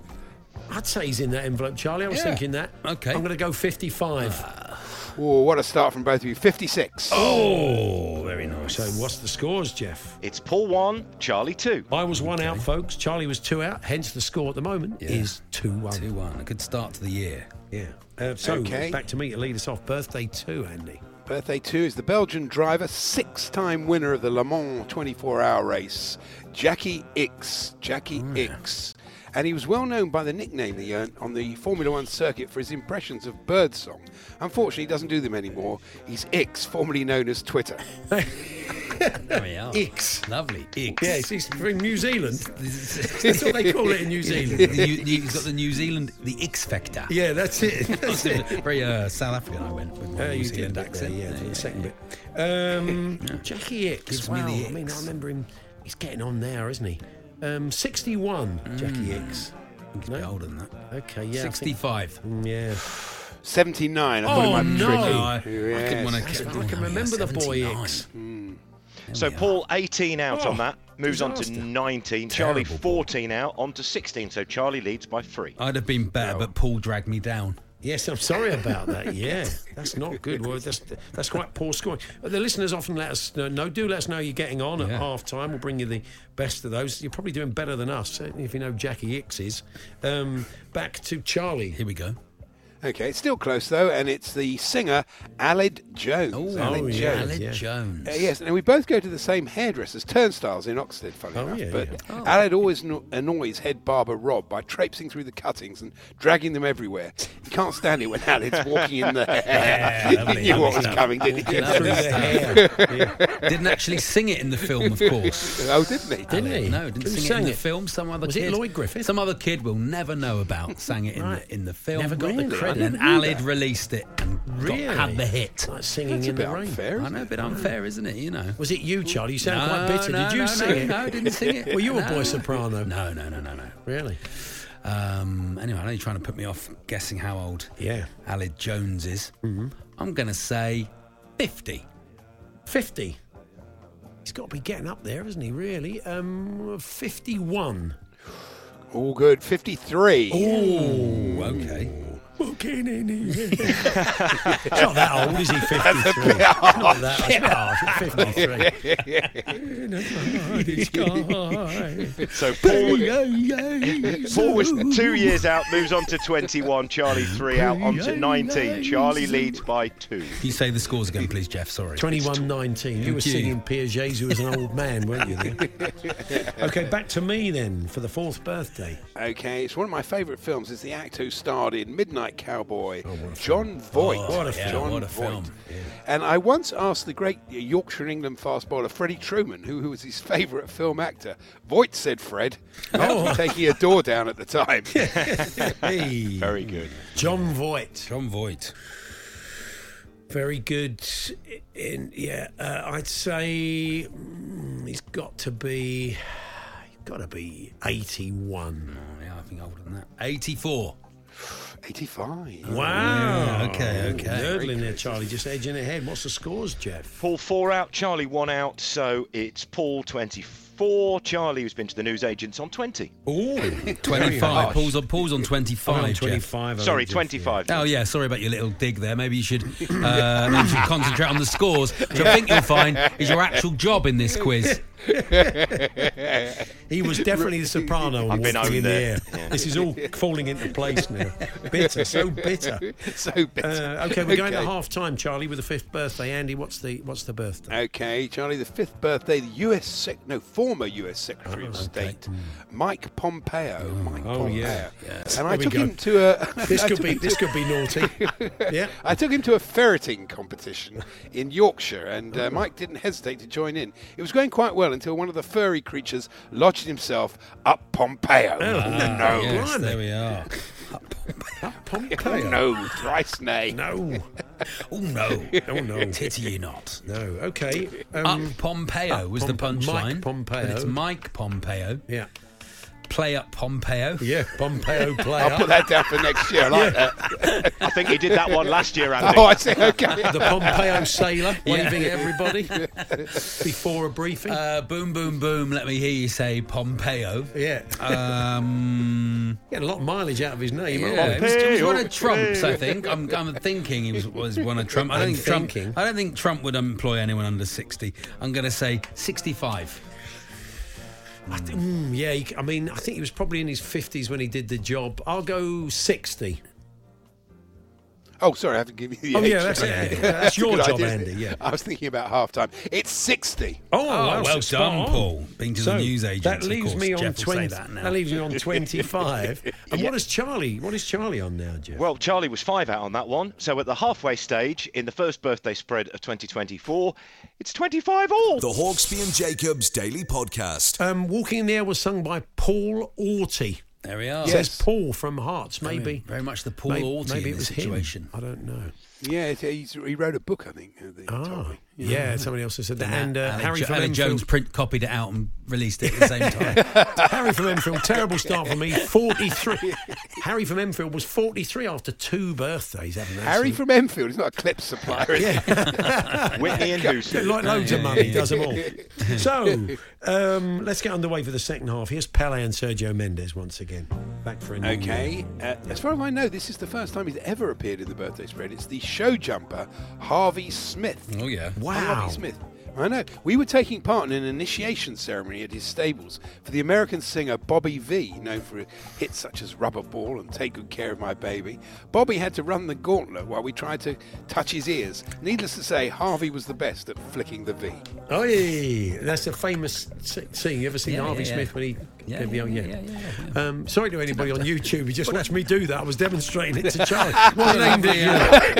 I'd say he's in that envelope, Charlie. I was Yeah. thinking that. Okay. Ah. I'm going to go 55. Oh, what a start from both of you. 56. Oh, very nice. so what's the scores, Jeff? It's Paul one, Charlie two. I was one out, folks. Charlie was two out. Hence, the score at the moment is 2 1. 2 1. A good start to the year. Yeah. Uh, so, Okay. back to me to lead us off. Birthday two, Andy. Birthday two is the Belgian driver, six time winner of the Le Mans 24 hour race, Jackie Ix. Jackie Ix. and he was well known by the nickname he earned on the Formula One circuit for his impressions of birdsong. Unfortunately, he doesn't do them anymore. He's Ix, formerly known as Twitter. There we are. Ix. Lovely. Ix. Yeah, it's, it's from New Zealand. That's what they call it in New Zealand. The, you, you've got the New Zealand, the X Factor. Yeah, that's it. That's it. Very uh, South African, I went with my Uh, New you Zealand did a bit there, accent. yeah, the second bit. Um, Jackie Ick Gives as me well. the I mean, I icks. remember him. He's getting on now, isn't he? Um, 61, Jackie Icks. Mm. He's a bit older than that. Okay, yeah. I think- 65. Mm, yeah. 79. I thought it Oh, might be no. tricky. No, I- I Yes. couldn't wanna That's keep right, I doing can that. remember the boy 79. Icks. So Paul, 18 out on Oh, that, moves on disaster. to 19. Charlie, 14 out, on to 16. So Charlie leads by three. I'd have been better, but Paul dragged me down. Yes, I'm sorry about that. Yeah, that's not good. Well, that's that's quite poor scoring. But The listeners often let us know. No, do let us know you're getting on at half time. We'll bring you the best of those. You're probably doing better than us, certainly if you know Jackie Icks is. Um, back to Charlie. Here we go. Okay, it's still close though, and it's the singer Aled Jones. Oh, Aled yeah, Jones. Aled Jones. Uh, yes, and we both go to the same hairdressers, Turnstiles in Oxford, funny Oh, enough. yeah, but yeah. Oh. Aled always no- annoys head barber Rob by traipsing through the cuttings and dragging them everywhere. He can't stand it when Aled's walking in the Yeah, hair. lovely, he knew what lovely was stuff. coming, didn't he? Walking up through the hair. Didn't actually sing it in the film, of course. oh, didn't he? Aled, No, didn't Who sing it sang in the it? film. Some other Was it kid. Lloyd Griffith? Some other kid we'll never know about sang it in, Right. the, in the film. Never got the Really? credit. And I didn't Alid released it and Really? got, had the hit. Like singing That's a in the bit rain. unfair, I know, a bit unfair, isn't it? You know. Was it you, Charlie? You sound No, quite bitter. no, Did you no, sing no, it? No, I didn't sing it. Were you No. a boy soprano? No, no, no, no, no. Really? Um, anyway, I know you're trying to put me off guessing how old yeah. Mm-hmm. Alid Jones is. I'm going to say 50. 50. He's got to be getting up there, isn't he, really? Um, 51. All good. 53. Oh, okay. Walking in here. He's not that old, is he? 53. He's Not that old. He's about 53. So Paul, Paul was two years out, moves on to 21. Charlie, three out, on to 19. Charlie leads by two. Can you say the scores again, please, Jeff? Sorry. 21 19. You were Thank you. singing Piaget's, who was an old man, weren't you? Then? Okay, back to me then for the fourth birthday. Okay, it's one of my favourite films. It's the actor who starred in Midnight Cowboy, John Voight. Oh, What a yeah, John what a Voight. film. And I once asked the great Yorkshire and England fast bowler Freddie Truman, who, who was his favourite film actor. Voight said Fred, Oh. taking a door down at the time. Hey. Very good. John Voight. John Voight. Very good. In yeah, uh, I'd say mm, he's got to be, he's got to be eighty-one. Oh, yeah, I think older than that. 84. 85. Wow. Yeah, okay, okay. Nerdling there, Charlie. Just edging ahead. What's the scores, Jeff? Paul, four out. Charlie, one out. So it's Paul, 24. Charlie, who's been to the newsagents, on 20. Oh, 25. Paul's on, Paul's on 25. Jeff. Twenty-five. I Sorry, think, Jeff, 25. Oh yeah, sorry about your little dig there. Maybe you should, uh, maybe you should concentrate on the scores, which I think you'll find is your actual job in this quiz. He was definitely the soprano I've and been walking over in there. the air. This is all falling into place now. Bitter, so bitter. so bitter. Uh, okay, we're going to half time, Charlie, with the fifth birthday. Andy, what's the what's the birthday? Okay, Charlie, the fifth birthday, the U.S. Sec- no, former U.S. Secretary of State, Mike Pompeo. Mike Mm. oh, Pompeo. yeah, yes. And There I we took go. him to a. This I could took be him to- this could be naughty. Yeah. I took him to a ferreting competition in Yorkshire, and Oh. uh, Mike didn't hesitate to join in. It was going quite well until one of the furry creatures lodged himself up Pompeo. Oh. Ah, Oh, no, yes, there we are. Pompeo. no, thrice nay. No. Oh no, Ah. Oh no. titty you not. No. Okay. um, up Pompeo up was the Pom- punchline. Mike Pompeo. But it's Mike Pompeo. Yeah. Play up Pompeo. Yeah. Pompeo player. I'll put that down for next year. I like I think he did that one last year, that. Andy. Oh, I see. Okay. the Pompeo sailor Yeah. waving at everybody before a briefing. Uh, boom, boom, boom. Let me hear you say Pompeo. yeah. Um, He had a lot of mileage out of his name. uh, yeah, it, was, it was one of Trump's, I think. I'm, I'm thinking it was, was one of Trump. I don't I'm think Trump. thinking. I don't think Trump would employ anyone under 60. I'm going to say 65. I think, mm, yeah, he, I mean, I think he was probably in his 50s when he did the job. I'll go 60. Oh, sorry, I have to give you the Oh, age yeah, that's it. now. Yeah, a that's your good job, Andy, yeah. Uh, I was thinking about half time. It's 60. Oh, wow, well so spot done, on. Paul. Being to the So, news agents, That of leaves course. me on Jeff will say twenty. that That, now. leaves me on twenty-five. and what is Charlie? What is Charlie on now, Jeff? Well, Charlie was five out on that one. So at the halfway stage in the first birthday spread of 2024, it's 25 all. The Hawksby and Jacobs Daily Podcast. Um, Walking in the Air was sung by Paul Orty. There we are. Says Paul from Hearts, I mean, maybe. very much the Paul May- Orty maybe in it this was him. situation. I don't know. Yeah, it- he's, he wrote a book, I think. uh, The Ah, told me. yeah, somebody else has said that. And, And, uh, Ali, Harry jo- from Ali Enfield. Jones print copied it out and released it at the same time. Harry from Enfield, terrible start for me. 43. Harry from Enfield was 43 after two birthdays, haven't they? Harry from Enfield. He's not a clip supplier. Is Yeah. yeah. Whitney and Houston. Like loads of money, does them all. So, um, let's get underway for the second half. Here's Pele and Sergio Mendes once again. Back for a new year. Okay. Uh, as far as I know, this is the first time he's ever appeared in the birthday spread. It's the show jumper, Harvey Smith. Oh, yeah. Wow. Harvey Smith. I know. We were taking part in an initiation ceremony at his stables for the American singer Bobby V, known for hits such as Rubber Ball and Take Good Care of My Baby. Bobby had to run the gauntlet while we tried to touch his ears. Needless to say, Harvey was the best at flicking the V. Oy, that's a famous s- scene. You ever seen Yeah, Harvey yeah, yeah. Smith when he? Yeah, when he- yeah, oh, yeah, Um, sorry to anybody on YouTube who just watched me do that. I was demonstrating it to Charlie. Wasn't aimed at you.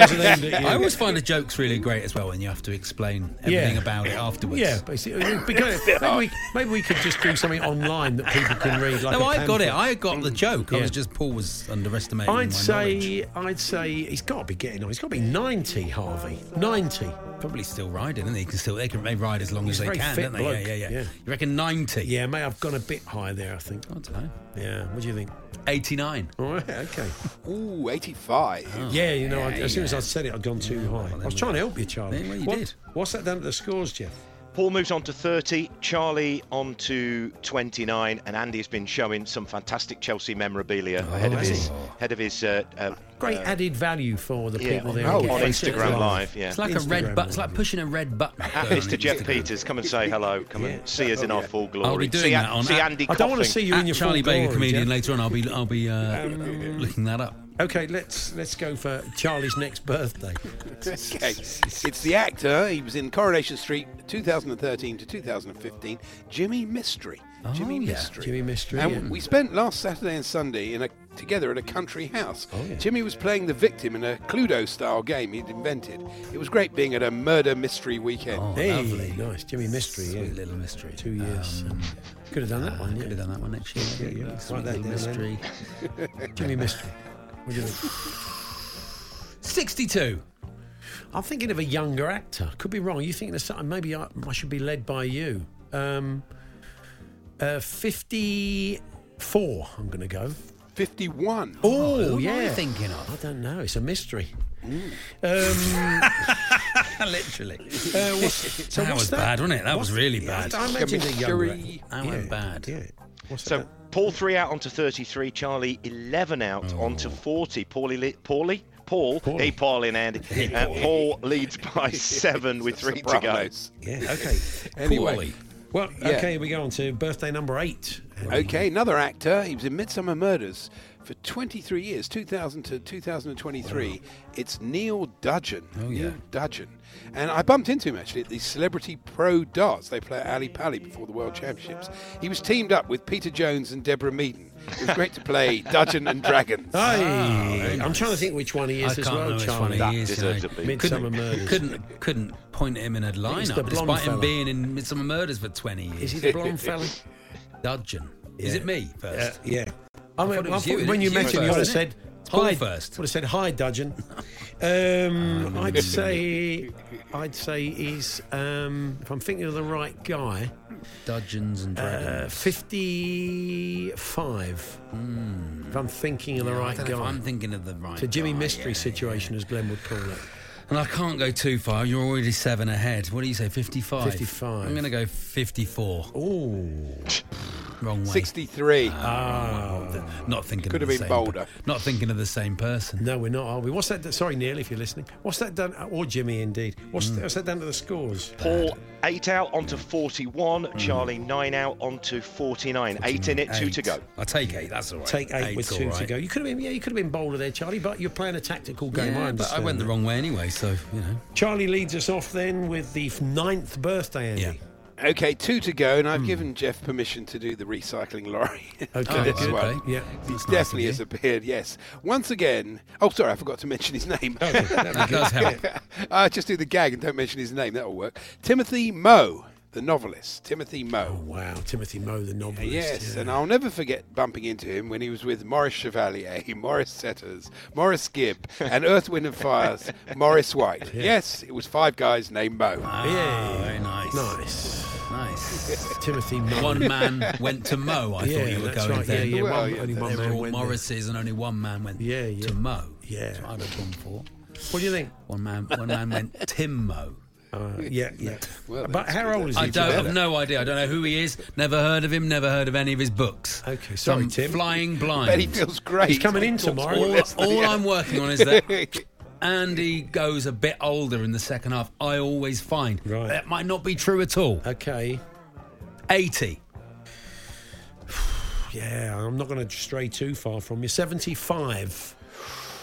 Wasn't aimed at you. I always find the jokes really great as well when you have to explain everything Yeah. about it afterwards. Yeah, basically. Because maybe, we, maybe we could just do something online that people can read. Like no, I I got it. I got the joke. I Yeah. was just Paul was underestimating. my I'd knowledge. say, I'd say he's got to be getting on. He's got to be ninety, Harvey. Ninety. probably still riding, and they can still they can they ride as long He's as a they very can, fit don't they? bloke. Yeah, yeah, yeah, Yeah. You reckon ninety? Yeah, mate, I've gone a bit high there. I think. I don't know. Yeah. What do you think? Eighty-nine. All right. Okay. Ooh, 85. Yeah, you know, I, Yeah, as soon as yeah. I said it, I'd gone too high. I was trying to help you, Charlie. Yeah, well, you did. What's that done to the scores, Jeff? Paul moves on to 30, Charlie on to 29, and Andy has been showing some fantastic Chelsea memorabilia Oh, ahead Oh, of has he? his ahead of his uh, uh, Great added value for the yeah, people on, there. Oh, on who get Facebook Instagram Live. Yeah, It's like a red button. It's like pushing a red button. At Mr. Jeff Peters, come and say hello. Come and see us in our full glory. Oh, I'll be doing see, that on. see Andy. coughing. At Charlie Baker comedian Jeff. later on. I'll be I'll be uh, looking that up. Okay, let's let's go for Charlie's next birthday. okay. It's the actor. He was in Coronation Street 2013 to 2015. Jimmy Mystery. Jimmy Oh, yeah. Mystery. Jimmy Mystery, And yeah. we spent last Saturday and Sunday in a together at a country house. Oh, Jimmy was playing the victim in a Cluedo style game he'd invented. It was great being at a murder mystery weekend. Hey, nice Jimmy Mystery. yeah. Little mystery. Um, Two years. could have done that one. Could have done that one next year. Yeah, yeah. Sweet Write that little down then. Jimmy Mystery. What do you think? Sixty-two. I'm thinking of a younger actor. Could be wrong. You thinking of something? Maybe I, I should be led by you. Um, uh, Fifty-four. I'm going to go. 51. Oh, who am I yeah. thinking of? I don't know. It's a mystery. Literally. Uh, what's- so that what's was that? bad, wasn't it? That was What's- really yeah, bad. I imagine the younger actor. That went bad. So Paul three out onto 33, Charlie 11 out Oh. onto 40. Paulie, li- Paulie, Paul, hey Paul in Andy. Uh, Paul leads by seven with three to go. Sopranos. Yeah. Okay. Anyway. Well, Yeah. okay. We go on to birthday number eight. Okay, another actor. He was in Midsummer Murders for 23 years, 2000 to 2023. It's Neil Dudgeon. Oh, Neil Dudgeon. And I bumped into him actually at the Celebrity Pro Darts. They play at Ali Pali before the World Championships. He was teamed up with Peter Jones and Deborah Meaden. It was great to play Dudgeon and Dragons. Hey, I'm trying to think which one he Ah, I is as can't well, remember which one Charlie. he is. you know. Midsummer couldn't, Murders. Couldn't couldn't point him in a he's the lineup, blonde despite him fella. being in Midsummer Murders for twenty years. Is he the blonde fella? Dudgeon. Is Yeah. it me first? Yeah. I mean, Uh, thought it was I thought you. when It you was met you him, you would have first, said, isn't it? Paul "Hi." first. Mm. Would have said, "Hi, Dudgeon." Um, I'd say, I'd say he's. Um, if I'm thinking of the right guy, Dudgeons and uh, Dragons. 55. If I'm thinking of the Mm. Yeah, I right don't know if guy, I'm Oh, thinking of the right. it's a Jimmy guy, Mystery situation, as Glenn would call it. yeah. And I can't go too far. You're already seven ahead. What do you say? Fifty-five. 55. I'm going to go fifty-four. Oh, Wrong way. 63. Ah, Ah. Not thinking. Could of have the been same bolder. per- not thinking of the same person. No, we're not, are we? What's that? d- Sorry, Neil, if you're listening. What's that done? Or Jimmy, indeed. What's, Mm. what's that done to the scores? Paul, 8 out onto 41. Hmm. Charlie, 9 out onto 49. 8 in it, 2 to go. I take eight. That's all right. Take eight with Eight's two all to right. go. You could have been, yeah, you could have been bolder there, Charlie. But you're playing a tactical game. Yeah, I but I understand went the that. wrong way anyway, so you know. Charlie leads us off then with the f- ninth birthday, Andy. Okay, two to go, and I've Hmm. given Jeff permission to do the recycling lorry. Oh, Okay, this good. eh? one. Yeah. He That's nice definitely of has appeared, yes. Once again, oh, sorry, I forgot to mention his name. Oh, that does help. uh, just do the gag and don't mention his name, that'll work. Timothy Moe, the novelist. Timothy Moe. Oh, wow, Timothy Moe, the novelist. Yes, yeah. and I'll never forget bumping into him when he was with Maurice Chevalier, Maurice Setters, Maurice Gibb, and Earth, Wind and Fire's Maurice White. Yes, it was five guys named Moe. Yeah, Ah, very nice. Nice. Nice. Timothy Moe. One man went to Mo. I Yeah, thought you were that's going right, there. yeah, yeah, Well, one- yeah, only They one were man all went there. Morris's, and only one man went to Mo. Yeah, that's what I'd have gone for. What do you think? One man, one man went Tim Mo. yeah, yeah. Well, but how old is he? I don't Better. have no idea. I don't know who he is. Never heard of him. Never heard of any of his books. Okay, sorry, Some Tim. Flying blind. Bet he feels great. He's coming in tomorrow. All, That's the- all yeah. I'm working on is that Andy goes a bit older in the second half. I always find right. that might not be true at all. Okay, eighty. Yeah, I'm not going to stray too far from you. 75.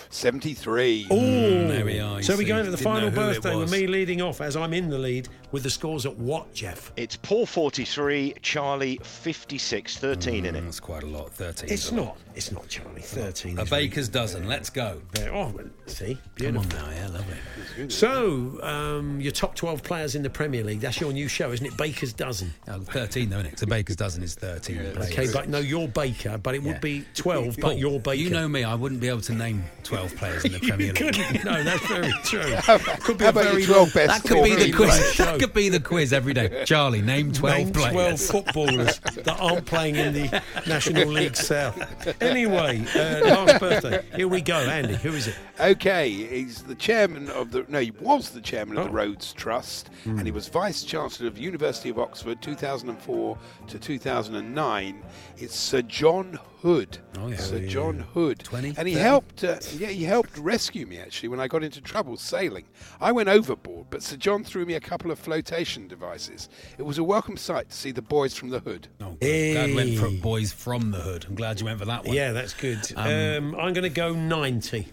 73. Oh, there we are, you So we see. go into the Didn't know final who it birthday with was. me leading off as I'm in the lead with the scores at what, Jeff? It's Paul 43, Charlie 56, 13 in it. That's quite a lot, 13. It's not. It's not Charlie. Thirteen. A is really- baker's dozen. Let's go. Oh, well, see, Come on beautiful. now, yeah, lovely. So um, your top twelve players in the Premier League. That's your new show, isn't it? Baker's dozen. Oh, 13 though, isn't it? So baker's dozen is 13. players. Okay, but no, you're Baker, but it Yeah. would be twelve. Paul, But you're Baker. You know me. I wouldn't be able to name 12 players in the Premier League. couldn't. No, that's very true. Could be How a about your very 12 long- best That could be the 14 quiz. players? That could be the quiz every day. Charlie, name 12 Name players. 12 footballers that aren't playing in the National League South. Anyway, uh, last birthday. Here we go, Andy. Who is it? Okay, he's the chairman of the. No, he was the chairman Oh. of the Rhodes Trust, and he Hmm. was vice chancellor of University of Oxford, 2004 to 2009. It's Sir John Hood. Oh, yeah. Sir Yeah. John Hood. 20, And 30. he helped. Uh, yeah, he helped rescue me actually when I got into trouble sailing. I went overboard, but Sir John threw me a couple of flotation devices. It was a welcome sight to see the boys from the Hood. Oh, Glad went for boys from the hood. I'm glad you went for that one. Yeah, that's good. Um, Um, I'm going to go 90.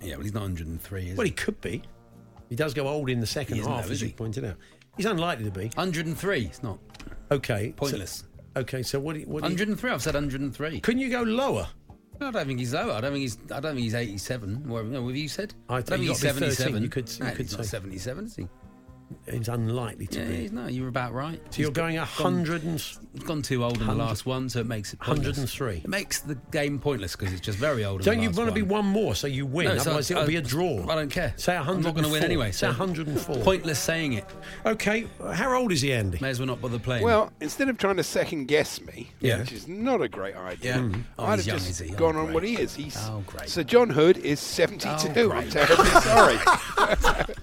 Yeah, well, he's not 103, is Well, he could be. He does go old in the second He isn't half, though, as is you he? pointed out. He's unlikely to be. 103. It's not. Okay. Pointless. So, okay, so what? do you- what do you- 103. I've said 103. couldn't you go lower? No, I don't think he's lower. I don't think he's. I don't think he's 87. Whatever. No, what have you said? I don't think think you he's got to be 13. 77. You could- you No, could he's not say. 77, is he? It's unlikely to Yeah, be. he's no. You're about right. So you're going a hundred and He's gone too old in the 100 last one, so it makes it pointless. 103. It makes the game pointless because it's just very old. in the Don't you last want to be one more so you win? No, it's- Otherwise, I- it'll be a draw. I don't care. Say 104. I'm not going to win anyway. Say so 104. Pointless saying it. Okay, how old is he, Andy? May as well not bother playing. Well, instead of trying to second guess me, Yeah. which is not a great idea, Yeah. Hmm. Mm. Oh, I'd he's have young, is just he? Oh, gone on great. what he is. He's Oh, great. Sir John Hood is 72. Oh, I'm great. terribly sorry.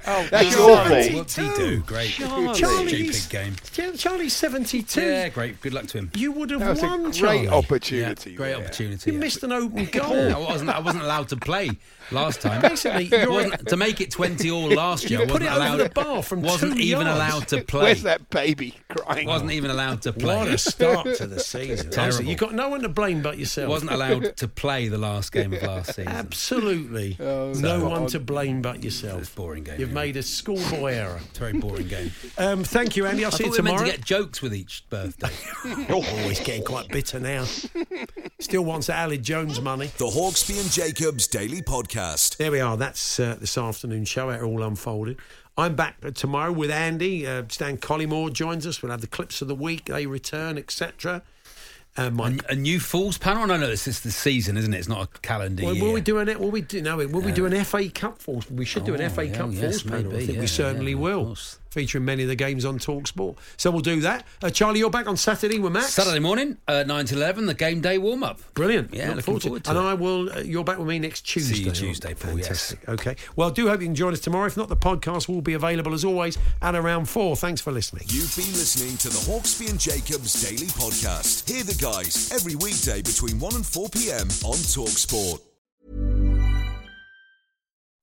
Oh, That's Charlie, your fault. What's he do? Great. Charlie. Stupid game. Yeah, Charlie's 72. Yeah, great. Good luck to him. You would have That was won, a Charlie. great opportunity. Yeah, great there. opportunity. You yeah. missed an open goal. Yeah, I wasn't. I wasn't allowed to play last time. Basically, I you're- wasn't- to make it twenty all last year. I You wasn't put it over allowed. the bar from wasn't two even yards. allowed to play. Where's that baby crying? Wasn't even allowed to play. What a start to the season. Terrible. You've got no one to blame but yourself. wasn't allowed to play the last game of last season. Absolutely. Oh, no one to blame but yourself. It's boring game, You've isn't made a schoolboy error. It's a very boring game. Um, thank you, Andy. I'll I see thought we were you meant tomorrow. to get jokes with each birthday. Oh, he's getting quite bitter now. Still wants that Alid Jones money. The Hawksby and Jacobs Daily Podcast. There we are. That's uh, this afternoon show. It all unfolded. I'm back tomorrow with Andy. Uh, Stan Collymore joins us. We'll have the clips of the week. They return, etc. Uh, my a new Fools panel? No, no, this is the season, isn't it? It's not a calendar Well, year. will we do an will we do no will we do an FA Cup falls? We should do Oh, an FA yeah, Cup yes, falls panel. I maybe, think yeah, we certainly yeah, of will. course. featuring many of the games on Talksport. So we'll do that. Uh, Charlie, you're back on Saturday with Max. Saturday morning, uh, 9 to 11, the game day warm up. Brilliant. Yeah, Look looking forward forward to to, it. And I will. Uh, you're back with me next Tuesday. See you Tuesday, Paul. Yes. Fantastic. Okay. Well, I do hope you can join us tomorrow. If not, the podcast will be available as always at around four. Thanks for listening. You've been listening to the Hawksby and Jacobs Daily Podcast. Hear the guys every weekday between 1 and 4 p.m. on Talksport.